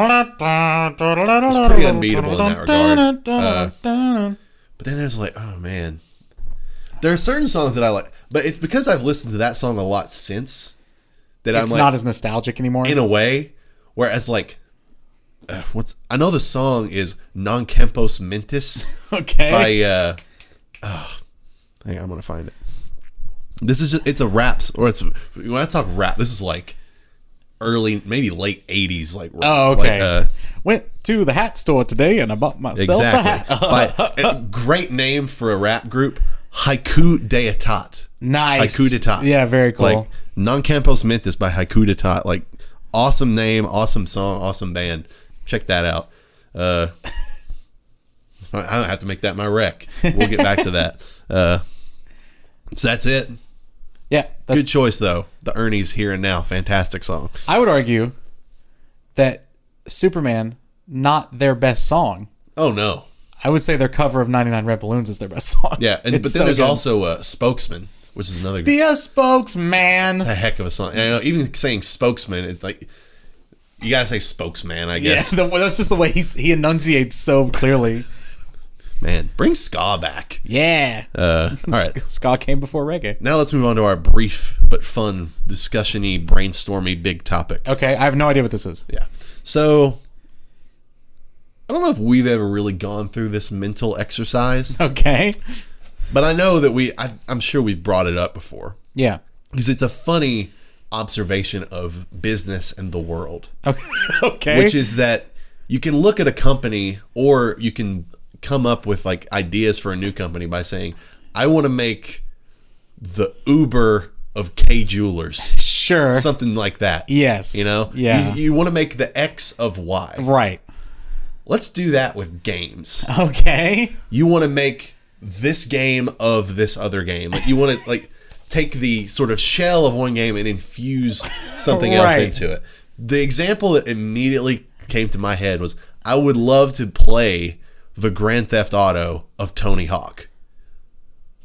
Speaker 2: it's
Speaker 1: pretty unbeatable in that regard. But then there's like, oh man, there are certain songs that I like, but it's because I've listened to that song a lot since that I'm
Speaker 2: it's
Speaker 1: like
Speaker 2: not as nostalgic anymore.
Speaker 1: in a way. Whereas like, uh, what's I know the song is Non Campos Mentis
Speaker 2: okay.
Speaker 1: by uh, oh, hang on, I'm gonna find it. This is just it's a rap s- or it's when I talk rap, this is like early maybe late '80s like. Rap,
Speaker 2: Oh,
Speaker 1: like,
Speaker 2: okay.
Speaker 1: uh,
Speaker 2: Went to the hat store today and I bought myself a hat. Oh,
Speaker 1: Exactly. By, a great name for a rap group, Haiku Deatat.
Speaker 2: Nice.
Speaker 1: Haiku Detat.
Speaker 2: Yeah, very cool.
Speaker 1: Like Non Campos Mentis by Haiku Detat. Like awesome name, awesome song, awesome band. Check that out. Uh, I I don't have to make that my rec. We'll get back to that. Uh, so that's it.
Speaker 2: yeah. That's,
Speaker 1: Good choice though. The Ernie's here and now. Fantastic song.
Speaker 2: I would argue that Superman not their best song.
Speaker 1: Oh no.
Speaker 2: I would say their cover of 99 Red Balloons is their best song.
Speaker 1: Yeah, and,
Speaker 2: It's
Speaker 1: but then
Speaker 2: so
Speaker 1: there's
Speaker 2: good.
Speaker 1: also uh, Spokesman, which is another
Speaker 2: Be a spokesman.
Speaker 1: a heck of a song. And I know even saying spokesman, it's like you gotta say spokesman, I
Speaker 2: Yeah,
Speaker 1: guess.
Speaker 2: the, that's just the way he's, he enunciates so clearly.
Speaker 1: Man, bring ska back.
Speaker 2: Yeah.
Speaker 1: Uh, all right,
Speaker 2: Ska came before reggae.
Speaker 1: now let's move on to our brief but fun discussion-y, brainstormy big topic.
Speaker 2: Okay, I have no idea what this is.
Speaker 1: Yeah. So I don't know if we've ever really gone through this mental exercise,
Speaker 2: Okay.
Speaker 1: but I know that we. I, I'm sure we've brought it up before
Speaker 2: Yeah.
Speaker 1: because it's a funny observation of business and the world.
Speaker 2: Okay. okay.
Speaker 1: which is that you can look at a company or you can come up with like ideas for a new company by saying, I want to make the Uber of K jewelers,
Speaker 2: sure.
Speaker 1: something like that.
Speaker 2: Yes.
Speaker 1: You know,
Speaker 2: Yeah.
Speaker 1: you, want to make the X of Y.
Speaker 2: right.
Speaker 1: Let's do that with games.
Speaker 2: Okay.
Speaker 1: You want to make this game of this other game. Like you want to like take the sort of shell of one game and infuse something else
Speaker 2: Right.
Speaker 1: into it. The example that immediately came to my head was I would love to play the Grand Theft Auto of Tony Hawk.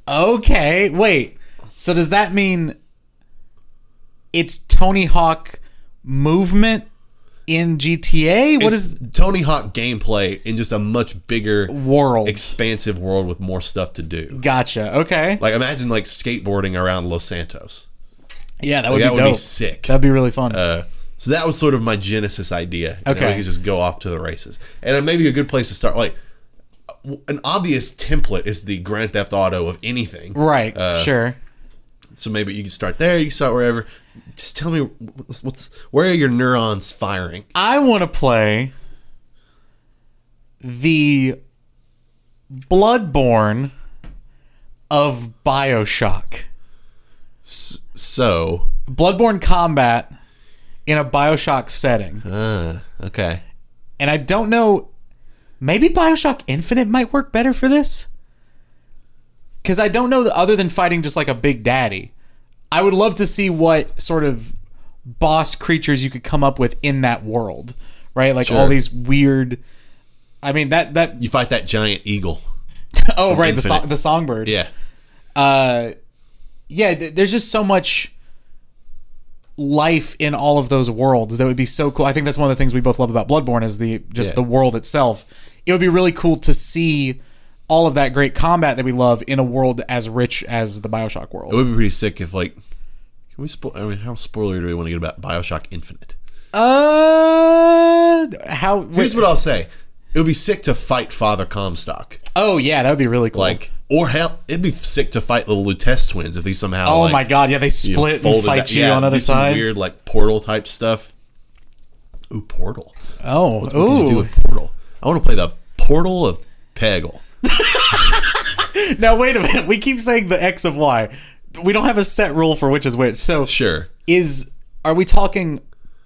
Speaker 2: Okay. Wait. So does that mean it's Tony Hawk movement in GTA? What
Speaker 1: What
Speaker 2: is
Speaker 1: is Tony Hawk gameplay in just a much bigger
Speaker 2: world?
Speaker 1: expansive world with more stuff to do.
Speaker 2: gotcha. Okay.
Speaker 1: Like imagine like skateboarding around Los Santos.
Speaker 2: Yeah, that would
Speaker 1: That
Speaker 2: be
Speaker 1: would
Speaker 2: dope.
Speaker 1: be sick.
Speaker 2: That'd be really fun.
Speaker 1: Uh, so that was sort of my genesis idea. You know,
Speaker 2: Okay.
Speaker 1: we could just go off to the races, and it may be a good place to start. Like w- an obvious template is the Grand Theft Auto of anything,
Speaker 2: right.
Speaker 1: uh,
Speaker 2: sure.
Speaker 1: So maybe you can start there. You can start wherever. Just tell me what's, what's where are your neurons firing?
Speaker 2: I want to play the Bloodborne of Bioshock.
Speaker 1: So
Speaker 2: Bloodborne combat in a Bioshock setting.
Speaker 1: okay,
Speaker 2: And I don't know. Maybe Bioshock Infinite might work better for this. Because I don't know that other than fighting just like a big daddy, I would love to see what sort of boss creatures you could come up with in that world, right? Like all
Speaker 1: Sure.
Speaker 2: these weird. I mean that that
Speaker 1: you fight that giant eagle.
Speaker 2: oh right the
Speaker 1: Infinite.
Speaker 2: song, the songbird
Speaker 1: Yeah,
Speaker 2: Uh, yeah th- there's just so much life in all of those worlds that would be so cool i think that's one of the things we both love about bloodborne is the just
Speaker 1: Yeah.
Speaker 2: the world itself it would be really cool to see all of that great combat that we love in a world as rich as the bioshock
Speaker 1: it
Speaker 2: world
Speaker 1: would be pretty sick if like. Can we spoil? I mean, how spoiler do we want to get about Bioshock Infinite?
Speaker 2: uh how
Speaker 1: Here's what I'll say: It would be sick to fight Father Comstock.
Speaker 2: oh yeah that would be really cool
Speaker 1: Like, or hell, it'd be sick to fight the Lutess twins if they somehow.
Speaker 2: oh
Speaker 1: like,
Speaker 2: my god yeah they
Speaker 1: you know,
Speaker 2: split and
Speaker 1: folded
Speaker 2: fight
Speaker 1: that-
Speaker 2: you
Speaker 1: yeah,
Speaker 2: on
Speaker 1: do
Speaker 2: other
Speaker 1: some
Speaker 2: sides
Speaker 1: Weird like portal type stuff. Ooh, portal.
Speaker 2: oh
Speaker 1: What could you do
Speaker 2: ooh.
Speaker 1: with portal? I want to play the portal of Peggle.
Speaker 2: now wait a minute we keep saying the x of y we don't have a set rule for which is which so
Speaker 1: Sure.
Speaker 2: is are we talking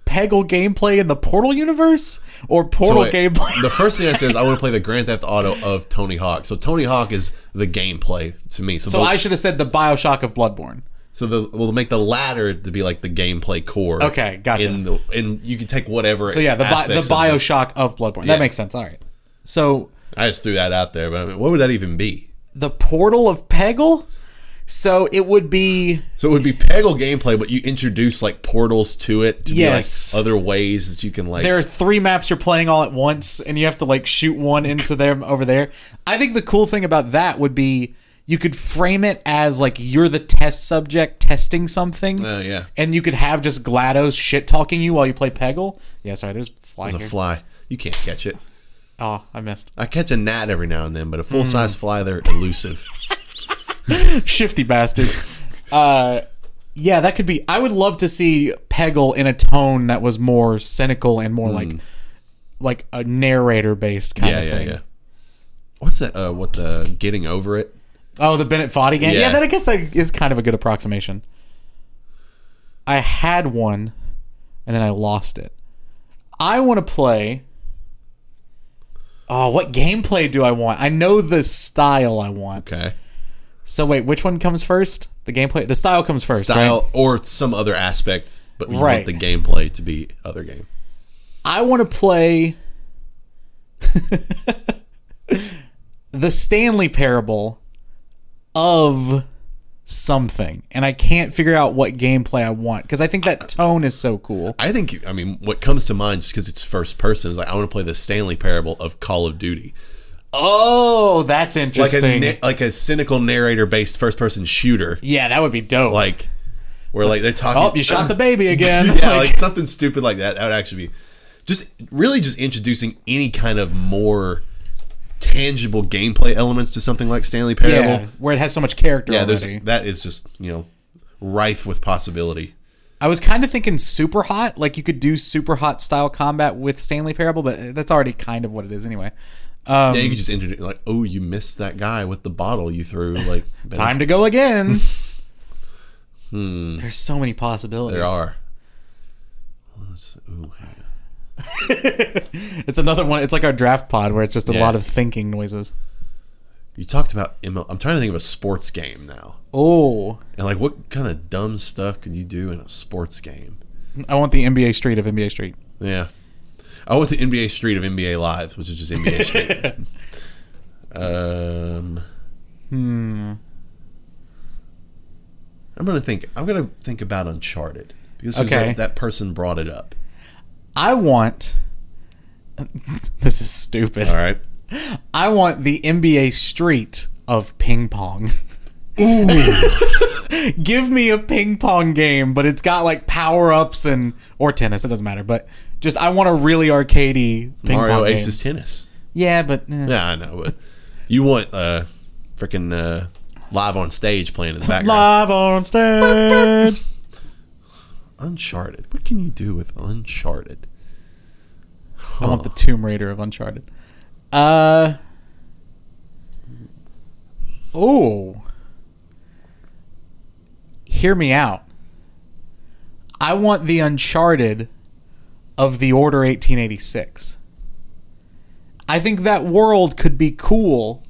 Speaker 2: Peggle gameplay in the Portal universe or
Speaker 1: So
Speaker 2: Portal
Speaker 1: wait,
Speaker 2: gameplay?
Speaker 1: the first thing I said is I want to play the Grand Theft Auto of Tony Hawk. So Tony Hawk is the gameplay to me. So,
Speaker 2: so
Speaker 1: the,
Speaker 2: I should have said the Bioshock of Bloodborne.
Speaker 1: so the, we'll make the latter to be like the gameplay core.
Speaker 2: Okay, gotcha.
Speaker 1: In the, and you can take whatever.
Speaker 2: So yeah, the bi- the
Speaker 1: aspects of it.
Speaker 2: Bioshock of Bloodborne. That makes sense. All right. So
Speaker 1: I just threw that out there, but I mean, what would that even be?
Speaker 2: the Portal of Peggle. So it would be
Speaker 1: So it would be Peggle gameplay, but you introduce like portals to it to
Speaker 2: Yes.
Speaker 1: be like other ways that you can like.
Speaker 2: there are three maps you're playing all at once, and you have to like shoot one into them over there. I think the cool thing about that would be you could frame it as like you're the test subject testing something.
Speaker 1: Oh, yeah.
Speaker 2: And you could have just GLaDOS shit talking you while you play Peggle. Yeah, sorry, there's flying
Speaker 1: a
Speaker 2: here.
Speaker 1: fly. You can't catch it.
Speaker 2: oh, I missed.
Speaker 1: I catch a gnat every now and then, but a
Speaker 2: Hmm.
Speaker 1: full size fly, they're elusive.
Speaker 2: Shifty bastards. uh, yeah, that could be. I would love to see Peggle in a tone that was more cynical and more like like a narrator based kind
Speaker 1: Hmm. Yeah,
Speaker 2: of
Speaker 1: yeah,
Speaker 2: thing.
Speaker 1: yeah. What's that? Uh, what the getting over it?
Speaker 2: Oh, the Bennett Foddy game. Yeah.
Speaker 1: Yeah.
Speaker 2: that I guess that is kind of a good approximation. I had one, and then I lost it. I want to play. Oh, what gameplay do I want? I know the style I want.
Speaker 1: Okay.
Speaker 2: So wait, which one comes first? The gameplay, the style comes first.
Speaker 1: Style
Speaker 2: Right?
Speaker 1: or some other aspect, but you want
Speaker 2: Right.
Speaker 1: the gameplay to be other game.
Speaker 2: I want to play the Stanley Parable of something, and I can't figure out what gameplay I want because I think that tone is so cool.
Speaker 1: I think I mean what comes to mind just because it's first person is like I want to play the Stanley Parable of Call of Duty,
Speaker 2: Oh, that's
Speaker 1: like a
Speaker 2: interesting.
Speaker 1: na- like a cynical narrator based first person shooter,
Speaker 2: yeah, that would be dope.
Speaker 1: like where like they're talking.
Speaker 2: oh, you shot the baby again.
Speaker 1: yeah,
Speaker 2: Like,
Speaker 1: like, something stupid like that. That would actually be just really just introducing any kind of more tangible gameplay elements to something like Stanley Parable.
Speaker 2: yeah, where it has so much character.
Speaker 1: Yeah, there's
Speaker 2: already.
Speaker 1: that is just you know rife with possibility.
Speaker 2: I was kind of thinking super hot, like you could do super hot style combat with Stanley Parable, but that's already kind of what it is anyway.
Speaker 1: yeah,
Speaker 2: Um,
Speaker 1: you could just introduce like, oh, you missed that guy with the bottle you threw. Like better-
Speaker 2: Time to go again. There's so many possibilities.
Speaker 1: Hmm. there are. Let's- ooh,
Speaker 2: It's another one. It's like our draft pod where it's just a
Speaker 1: Yeah.
Speaker 2: lot of thinking noises.
Speaker 1: You talked about ML. I'm trying to think of a sports game now,
Speaker 2: Oh,
Speaker 1: and like what kind of dumb stuff could you do in a sports game?
Speaker 2: I want the NBA Street of NBA Street.
Speaker 1: Yeah. I went to NBA Street of NBA Lives, which is just NBA Street. um,
Speaker 2: Hmm.
Speaker 1: I'm gonna think. I'm gonna think about Uncharted because there's
Speaker 2: Okay.
Speaker 1: that, that person brought it up.
Speaker 2: I want. this is stupid.
Speaker 1: All right.
Speaker 2: I want the NBA Street of ping pong.
Speaker 1: Ooh,
Speaker 2: give me a ping pong game, but it's got like power ups and or tennis. It doesn't matter, but just I want a really arcadey ping
Speaker 1: Mario
Speaker 2: pong game.
Speaker 1: Aces Tennis.
Speaker 2: yeah, but eh.
Speaker 1: Yeah, I know, but you want uh, freaking uh, live on stage playing in the background.
Speaker 2: live on stage.
Speaker 1: Uncharted. What can you do with Uncharted?
Speaker 2: I want the Tomb Raider of Uncharted. Uh oh. Hear me out. I want the Uncharted of the Order 1886. I think that world could be cool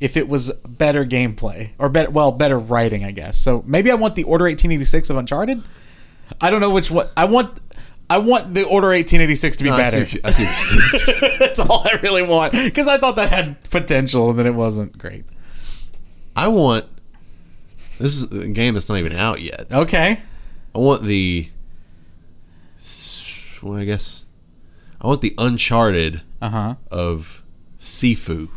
Speaker 2: if it was better gameplay or better well better writing, I guess. So maybe I want the Order 1886 of Uncharted. I don't know which one. I want I want the Order 1886 to be
Speaker 1: No, I see
Speaker 2: better.
Speaker 1: what you- I see what you-
Speaker 2: That's all I really want because I thought that had potential and then it wasn't great.
Speaker 1: I want. This is a game that's not even out yet.
Speaker 2: Okay.
Speaker 1: I want the. s- Well, I guess. I want the Uncharted
Speaker 2: Uh huh.
Speaker 1: of Sifu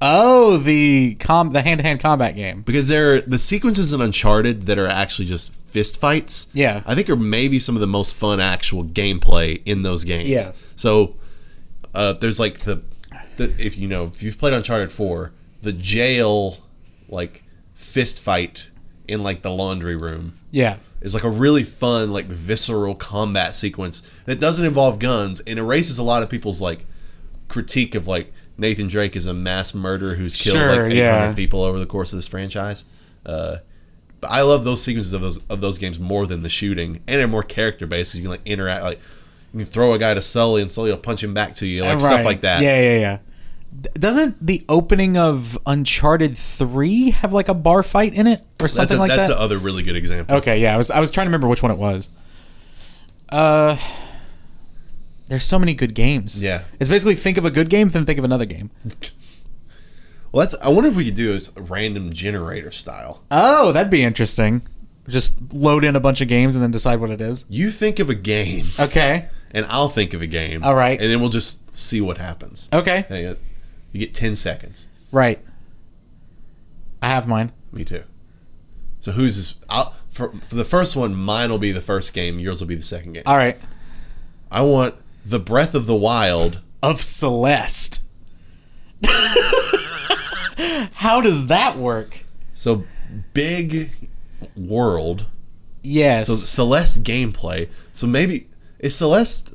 Speaker 2: Oh, the com the hand to hand combat game.
Speaker 1: because there are the sequences in Uncharted that are actually just fist fights.
Speaker 2: Yeah.
Speaker 1: I think are maybe some of the most fun actual gameplay in those games.
Speaker 2: Yeah.
Speaker 1: So uh, there's like the, the if you know if you've played Uncharted four, the jail like fist fight in like the laundry room
Speaker 2: Yeah.
Speaker 1: is like a really fun, like visceral combat sequence that doesn't involve guns and erases a lot of people's like critique of like Nathan Drake is a mass murderer who's killed
Speaker 2: Sure,
Speaker 1: like 800
Speaker 2: yeah.
Speaker 1: people over the course of this franchise. Uh, but I love those sequences of those of those games more than the shooting, and they're more character based. You can like interact, like you can throw a guy to Sully, and Sully will punch him back to you, like stuff
Speaker 2: Right.
Speaker 1: like that.
Speaker 2: Yeah, yeah, yeah. D- doesn't the opening of Uncharted Three have like a bar fight in it or
Speaker 1: that's
Speaker 2: something
Speaker 1: a,
Speaker 2: like
Speaker 1: that's
Speaker 2: that?
Speaker 1: the other really good example.
Speaker 2: Okay, yeah, I was I was trying to remember which one it was. Uh there's so many good games.
Speaker 1: Yeah.
Speaker 2: It's basically think of a good game, then think of another game.
Speaker 1: Well, that's I wonder if we could do is random generator style.
Speaker 2: Oh, that'd be interesting. Just load in a bunch of games and then decide what it is.
Speaker 1: You think of a game.
Speaker 2: Okay.
Speaker 1: and I'll think of a game.
Speaker 2: All right.
Speaker 1: And then we'll just see what happens.
Speaker 2: Okay.
Speaker 1: Hey, uh, You get 10 seconds.
Speaker 2: Right. I have mine.
Speaker 1: Me too. So who's this? I'll, for, for the first one, mine will be the first game. Yours will be the second game.
Speaker 2: All right.
Speaker 1: I want The Breath of the Wild.
Speaker 2: Of Celeste. How does that work?
Speaker 1: So big world.
Speaker 2: Yes.
Speaker 1: So Celeste gameplay. So maybe is Celeste.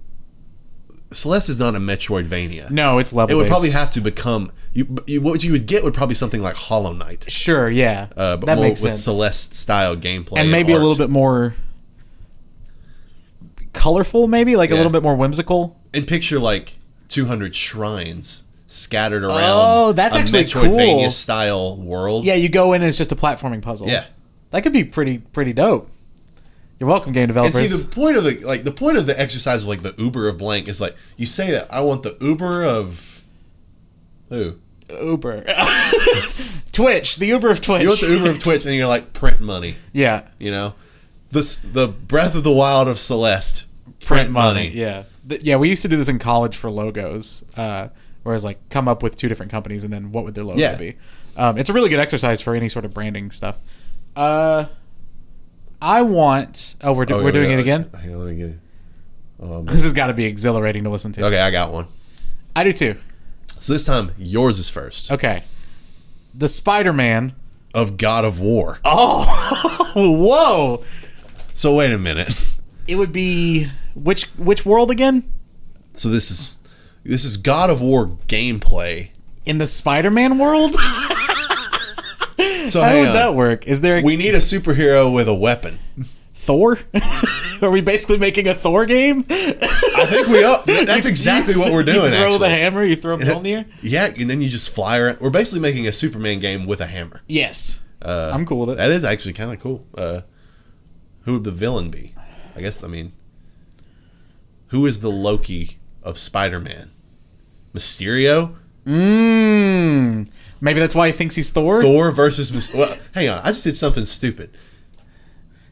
Speaker 1: Celeste is not a Metroidvania.
Speaker 2: no, it's level.
Speaker 1: It would probably
Speaker 2: based.
Speaker 1: have to become you, you. What you would get would probably something like Hollow Knight,
Speaker 2: Sure. Yeah.
Speaker 1: uh, but
Speaker 2: that
Speaker 1: more
Speaker 2: makes
Speaker 1: with
Speaker 2: sense.
Speaker 1: Celeste style gameplay,
Speaker 2: and maybe a
Speaker 1: art.
Speaker 2: little bit more colorful. Maybe like a
Speaker 1: Yeah.
Speaker 2: little bit more whimsical.
Speaker 1: and picture like 200 shrines scattered around.
Speaker 2: Oh, that's
Speaker 1: a
Speaker 2: actually
Speaker 1: Metroidvania
Speaker 2: cool.
Speaker 1: style world.
Speaker 2: Yeah, you go in and it's just a platforming puzzle.
Speaker 1: Yeah.
Speaker 2: That could be pretty pretty dope. You're welcome, game
Speaker 1: And
Speaker 2: developers.
Speaker 1: see the point of the like the point of the exercise of like the Uber of blank is like you say that I want the Uber of Who?
Speaker 2: Uber. Twitch, the Uber of Twitch.
Speaker 1: You want the Uber of Twitch, and you're like print money.
Speaker 2: yeah.
Speaker 1: You know, this the Breath of the Wild of Celeste. Print money.
Speaker 2: Yeah. Th- yeah, we used to do this in college for logos, uh, where it's like come up with two different companies and then what would their logo
Speaker 1: Yeah.
Speaker 2: be. Um, it's a really good exercise for any sort of branding stuff. Uh, I want. Oh, we're, do-
Speaker 1: Oh,
Speaker 2: we're
Speaker 1: yeah,
Speaker 2: doing
Speaker 1: yeah,
Speaker 2: it again?
Speaker 1: Here, let me get it.
Speaker 2: This has got to be exhilarating to listen to.
Speaker 1: Okay, I got one.
Speaker 2: I do too.
Speaker 1: So this time yours is first.
Speaker 2: Okay. The Spider Man.
Speaker 1: Of God of War.
Speaker 2: Oh, whoa.
Speaker 1: So wait a minute.
Speaker 2: It would be. Which, which world again?
Speaker 1: So this is this is God of War gameplay.
Speaker 2: In the Spider Man world? How
Speaker 1: So
Speaker 2: would
Speaker 1: hang on.
Speaker 2: that work? Is there a
Speaker 1: We need a superhero with a weapon.
Speaker 2: Thor? Are we basically making a Thor game?
Speaker 1: I think we are. That's exactly what we're doing.
Speaker 2: you throw the
Speaker 1: actually.
Speaker 2: hammer, you throw Mjolnir?
Speaker 1: Yeah, and then you just fly around. We're basically making a Superman game with a hammer.
Speaker 2: Yes. Uh, I'm cool with it.
Speaker 1: That is actually kind of cool. Uh, who would the villain be? I guess, I mean, who is the Loki of Spider Man? Mysterio?
Speaker 2: Mmm. Maybe that's why he thinks he's Thor?
Speaker 1: Thor versus. Mys- well, hang on. I just did something stupid.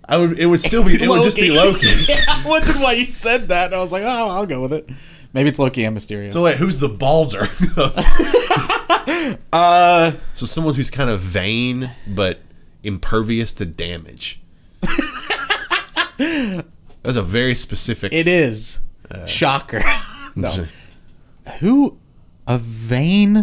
Speaker 1: I would. It would still be. It would just be Loki.
Speaker 2: yeah, I wondered why you said that. and I was like, oh, I'll go with it. Maybe it's Loki and Mysterio.
Speaker 1: So, wait, who's the Balder? uh,
Speaker 2: Uh,
Speaker 1: so, someone who's kind of vain but impervious to damage. That's a very specific.
Speaker 2: it is.
Speaker 1: Uh,
Speaker 2: Shocker. Who? A vein?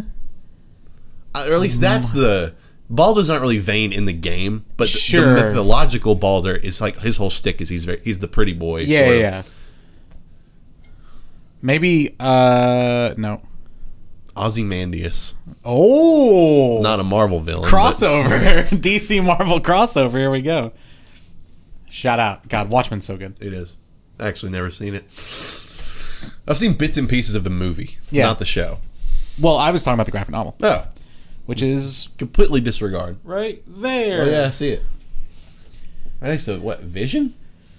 Speaker 1: Uh, or at least that's the Balder's not really vain in the game, but the,
Speaker 2: Sure.
Speaker 1: the mythological Balder is like his whole shtick is he's very, he's the pretty boy.
Speaker 2: Yeah,
Speaker 1: sort
Speaker 2: yeah,
Speaker 1: of.
Speaker 2: yeah. Maybe, uh, no.
Speaker 1: Ozymandias,
Speaker 2: Oh!
Speaker 1: not a Marvel villain. but-
Speaker 2: crossover DC Marvel crossover. Here we go. Shout out, God, Watchmen's so good.
Speaker 1: It is. Actually, never seen it. I've seen bits and pieces of the movie,
Speaker 2: Yeah.
Speaker 1: not the show.
Speaker 2: Well, I was talking about the graphic novel,
Speaker 1: Oh,
Speaker 2: which is
Speaker 1: completely disregard.
Speaker 2: right there.
Speaker 1: Oh yeah, I see it. Right next to what Vision?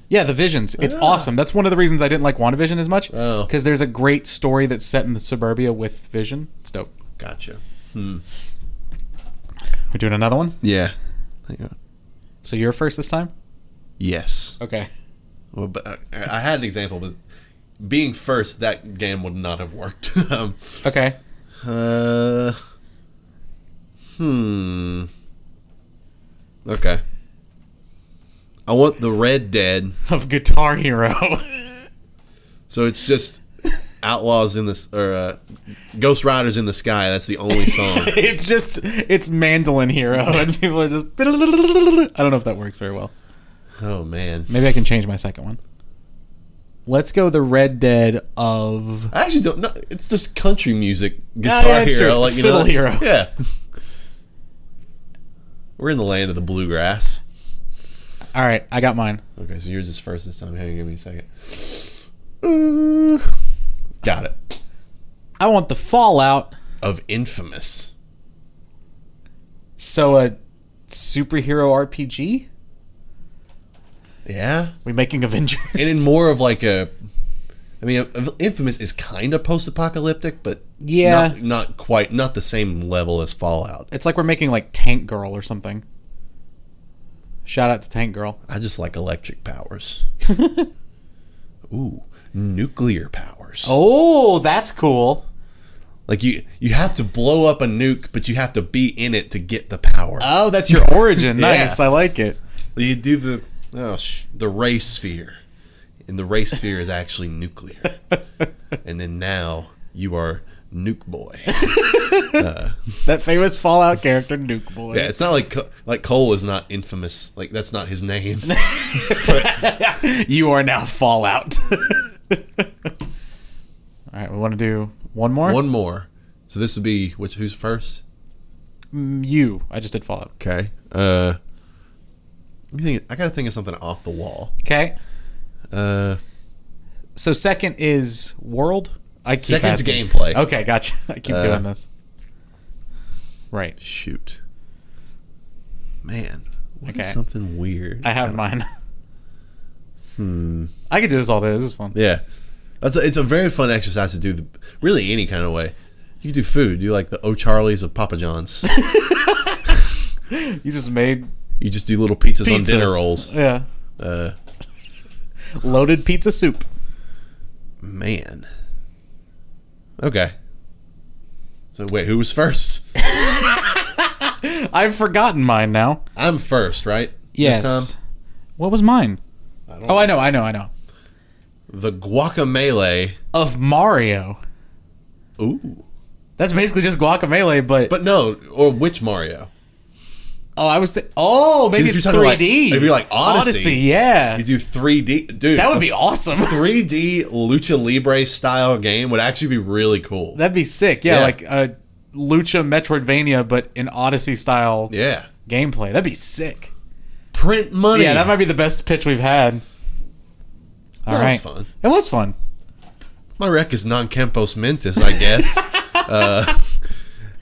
Speaker 2: Yeah, the visions. It's awesome. That's one of the reasons I didn't like WandaVision as much.
Speaker 1: Oh.
Speaker 2: Because there's a great story that's set in the suburbia with Vision. It's dope.
Speaker 1: Gotcha.
Speaker 2: We're doing another one.
Speaker 1: Yeah. Hang on.
Speaker 2: So you're first this time.
Speaker 1: Yes.
Speaker 2: Okay.
Speaker 1: Well, but I, I had an example, but being first, that game would not have worked. um,
Speaker 2: Okay.
Speaker 1: Uh, hmm. Okay. I want the Red Dead,
Speaker 2: Of Guitar Hero.
Speaker 1: so it's just outlaws in this or uh, Ghost Riders in the Sky. That's the only song.
Speaker 2: it's just it's Mandolin Hero, and people are just. I don't know if that works very well.
Speaker 1: oh man,
Speaker 2: Maybe I can change my second one. Let's go the Red Dead of
Speaker 1: I actually don't know. It's just country music,
Speaker 2: yeah,
Speaker 1: Guitar
Speaker 2: it's
Speaker 1: Hero,
Speaker 2: true.
Speaker 1: like you
Speaker 2: Fiddle
Speaker 1: know,
Speaker 2: Hero.
Speaker 1: Yeah, we're in the land of the bluegrass.
Speaker 2: All right, I got mine.
Speaker 1: Okay, so yours is first this time. Hang on, give me a second. Uh, got it.
Speaker 2: I want the Fallout
Speaker 1: Of infamous.
Speaker 2: so a superhero RPG?
Speaker 1: Yeah.
Speaker 2: We making Avengers.
Speaker 1: And in more of like a, I mean, Infamous is kind of post-apocalyptic, but
Speaker 2: Yeah.
Speaker 1: not, not quite, not the same level as Fallout.
Speaker 2: it's like we're making like Tank Girl or something. Shout out to Tank Girl.
Speaker 1: I just like electric powers. Ooh, nuclear powers.
Speaker 2: Oh, that's cool.
Speaker 1: Like you, you have to blow up a nuke, but you have to be in it to get the power.
Speaker 2: Oh, that's your origin.
Speaker 1: Yeah.
Speaker 2: Nice. I like it.
Speaker 1: Uh, you do the oh, sh- the ray sphere, and the ray sphere is actually nuclear. and then now you are nuke boy.
Speaker 2: That famous Fallout character Nuke Boy.
Speaker 1: Yeah, it's not like Co- like Cole is not infamous. Like that's not his name.
Speaker 2: You are now Fallout. All right, we want to do one more.
Speaker 1: One more. So this would be which who's first?
Speaker 2: Mm, You. I just did Fallout.
Speaker 1: Okay. Uh let me think I gotta think of something off the wall.
Speaker 2: Okay.
Speaker 1: Uh
Speaker 2: So second is world. I keep
Speaker 1: second's
Speaker 2: asking.
Speaker 1: gameplay.
Speaker 2: Okay, gotcha. I keep
Speaker 1: Uh,
Speaker 2: doing this. Right.
Speaker 1: Shoot. Man. What is
Speaker 2: Okay.
Speaker 1: something weird?
Speaker 2: I have mine.
Speaker 1: Hmm.
Speaker 2: Hmm. I could do this all day. This is fun.
Speaker 1: yeah. That's a, it's a very fun exercise to do the, really any kind of way. You could do food. You like the O'Charlies of Papa John's.
Speaker 2: You just made
Speaker 1: you just do little pizzas on
Speaker 2: Pizza.
Speaker 1: dinner rolls.
Speaker 2: yeah
Speaker 1: Uh,
Speaker 2: loaded pizza soup.
Speaker 1: man. Okay. So wait, who was first?
Speaker 2: I've forgotten mine now.
Speaker 1: I'm first, right?
Speaker 2: Yes.
Speaker 1: This time?
Speaker 2: What was mine?
Speaker 1: don't
Speaker 2: oh, I know, I know, I know.
Speaker 1: The guacamole.
Speaker 2: Of Mario.
Speaker 1: Ooh.
Speaker 2: That's basically just guacamole, but,
Speaker 1: But no, or which Mario?
Speaker 2: oh, I was th- oh maybe
Speaker 1: If you're
Speaker 2: it's
Speaker 1: talking
Speaker 2: three
Speaker 1: like-
Speaker 2: D.
Speaker 1: if you're like Odyssey-
Speaker 2: yeah,
Speaker 1: You do 3D, dude.
Speaker 2: that would be awesome.
Speaker 1: 3D lucha libre style game would actually be really cool.
Speaker 2: That'd be sick. Yeah,
Speaker 1: Yeah.
Speaker 2: like a lucha Metroidvania, but in Odyssey style
Speaker 1: yeah.
Speaker 2: gameplay. That'd be sick.
Speaker 1: Print money.
Speaker 2: Yeah, that might be the best pitch we've had. All
Speaker 1: That
Speaker 2: right,
Speaker 1: was fun.
Speaker 2: It was fun.
Speaker 1: My rec is non campos mentis, I guess. uh,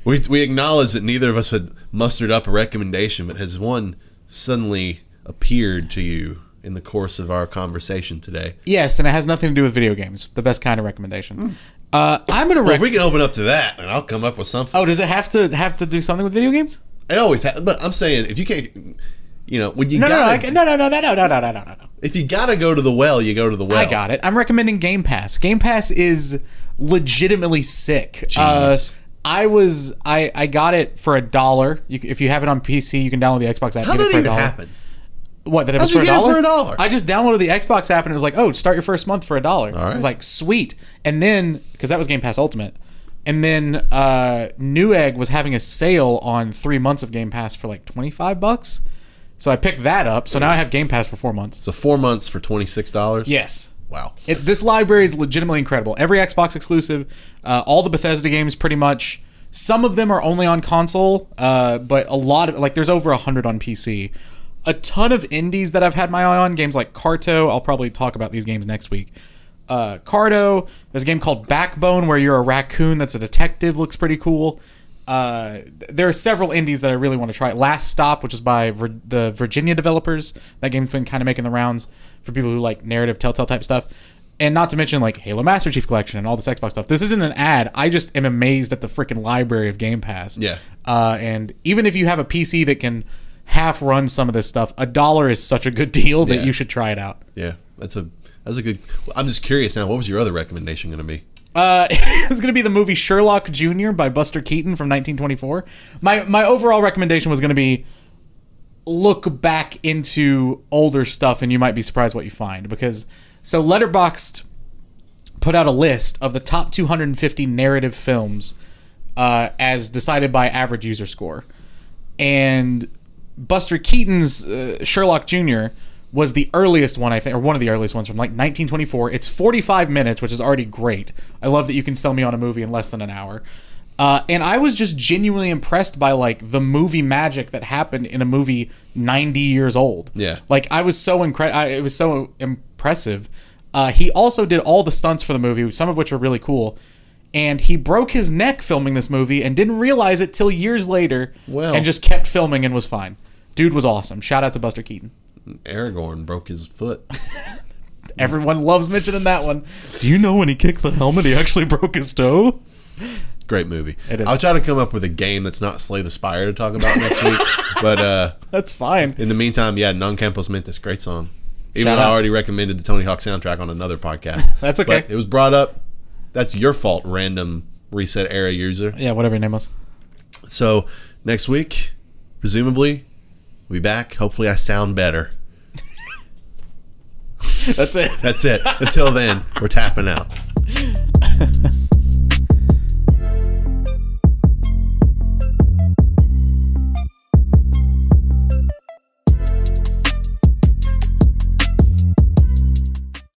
Speaker 1: we, we acknowledge that neither of us had mustered up a recommendation, but has one suddenly appeared to you in the course of our conversation today?
Speaker 2: Yes, and it has nothing to do with video games. The best kind of recommendation. Uh, I'm gonna.
Speaker 1: Well,
Speaker 2: Rec-
Speaker 1: if we can open up to that, and I'll come up with something.
Speaker 2: oh, does it have to have to do something with video games?
Speaker 1: It always happens, but I'm saying if you can't, you know, when you
Speaker 2: No, no, no, I
Speaker 1: gotta,
Speaker 2: can- no, no, no, no, no, no, no, no, no, no.
Speaker 1: if you gotta go to the well, you go to the well.
Speaker 2: I got it. I'm recommending Game Pass. Game Pass is legitimately sick. Uh,
Speaker 1: Genius.
Speaker 2: I was I I got it for a dollar. You, c- if you have it on PC, you can download the Xbox app.
Speaker 1: How
Speaker 2: get
Speaker 1: did
Speaker 2: it
Speaker 1: it
Speaker 2: for a
Speaker 1: even
Speaker 2: dollar.
Speaker 1: happen?
Speaker 2: What that it was
Speaker 1: How'd
Speaker 2: for a
Speaker 1: you get it
Speaker 2: dollar?
Speaker 1: for a dollar?
Speaker 2: I just downloaded the Xbox app and it was like, oh, start your first month for a dollar. I
Speaker 1: right.
Speaker 2: was like, sweet. And then because that was Game Pass Ultimate, and then uh, Newegg was having a sale on three months of Game Pass for like twenty five bucks. So I picked that up. So now I have Game Pass for four months.
Speaker 1: So four months for twenty six dollars.
Speaker 2: Yes.
Speaker 1: Wow.
Speaker 2: It, this library is legitimately incredible. Every Xbox exclusive, uh, all the Bethesda games, pretty much. Some of them are only on console, uh, but a lot of like there's over hundred on PC. A ton of indies that I've had my eye on, games like Carto. I'll probably talk about these games next week. Uh, Carto. There's a game called Backbone where you're a raccoon that's a detective. Looks pretty cool. Uh, th- there are several indies that I really want to try. Last Stop, which is by Vir- the Virginia developers, that game's been kind of making the rounds for people who like narrative Telltale type stuff, and not to mention like Halo Master Chief Collection and all this Xbox stuff. This isn't an ad. I just am amazed at the freaking library of Game Pass.
Speaker 1: Yeah.
Speaker 2: Uh, and even if you have a PC that can half run some of this stuff, a dollar is such a good deal that
Speaker 1: Yeah.
Speaker 2: you should try it out.
Speaker 1: Yeah, that's a that's a good. I'm just curious now. What was your other recommendation going to be?
Speaker 2: Uh, it's going to be the movie Sherlock Jr. by Buster Keaton from 1924. My my overall recommendation was going to be look back into older stuff, and you might be surprised what you find because so Letterboxd put out a list of the top 250 narrative films uh, as decided by average user score, and Buster Keaton's uh, Sherlock Jr. was the earliest one I think, or one of the earliest ones from like 1924. It's 45 minutes, which is already great. I love that you can sell me on a movie in less than an hour. Uh, and I was just genuinely impressed by like the movie magic that happened in a movie 90 years old.
Speaker 1: Yeah.
Speaker 2: Like I was so incredible. It was so impressive. Uh, he also did all the stunts for the movie, some of which are really cool. And he broke his neck filming this movie and didn't realize it till years later.
Speaker 1: Well.
Speaker 2: and just kept filming and was fine. Dude was awesome. Shout out to Buster Keaton.
Speaker 1: Aragorn broke his foot.
Speaker 2: Everyone loves mentioning that one. Do you know when he kicked the helmet, he actually broke his toe?
Speaker 1: Great movie.
Speaker 2: It is.
Speaker 1: I'll try to come up with a game that's not Slay the Spire to talk about next week. But uh,
Speaker 2: That's fine.
Speaker 1: in the meantime, yeah, Non Campos Mentis, great song. Even
Speaker 2: Shout
Speaker 1: though I
Speaker 2: out.
Speaker 1: already recommended the Tony Hawk soundtrack on another podcast.
Speaker 2: That's okay.
Speaker 1: But it was brought up. That's your fault, random reset era user.
Speaker 2: Yeah, whatever your name was.
Speaker 1: So next week, presumably, we'll be back. Hopefully, I sound better.
Speaker 2: That's it.
Speaker 1: That's it. Until then, we're tapping out.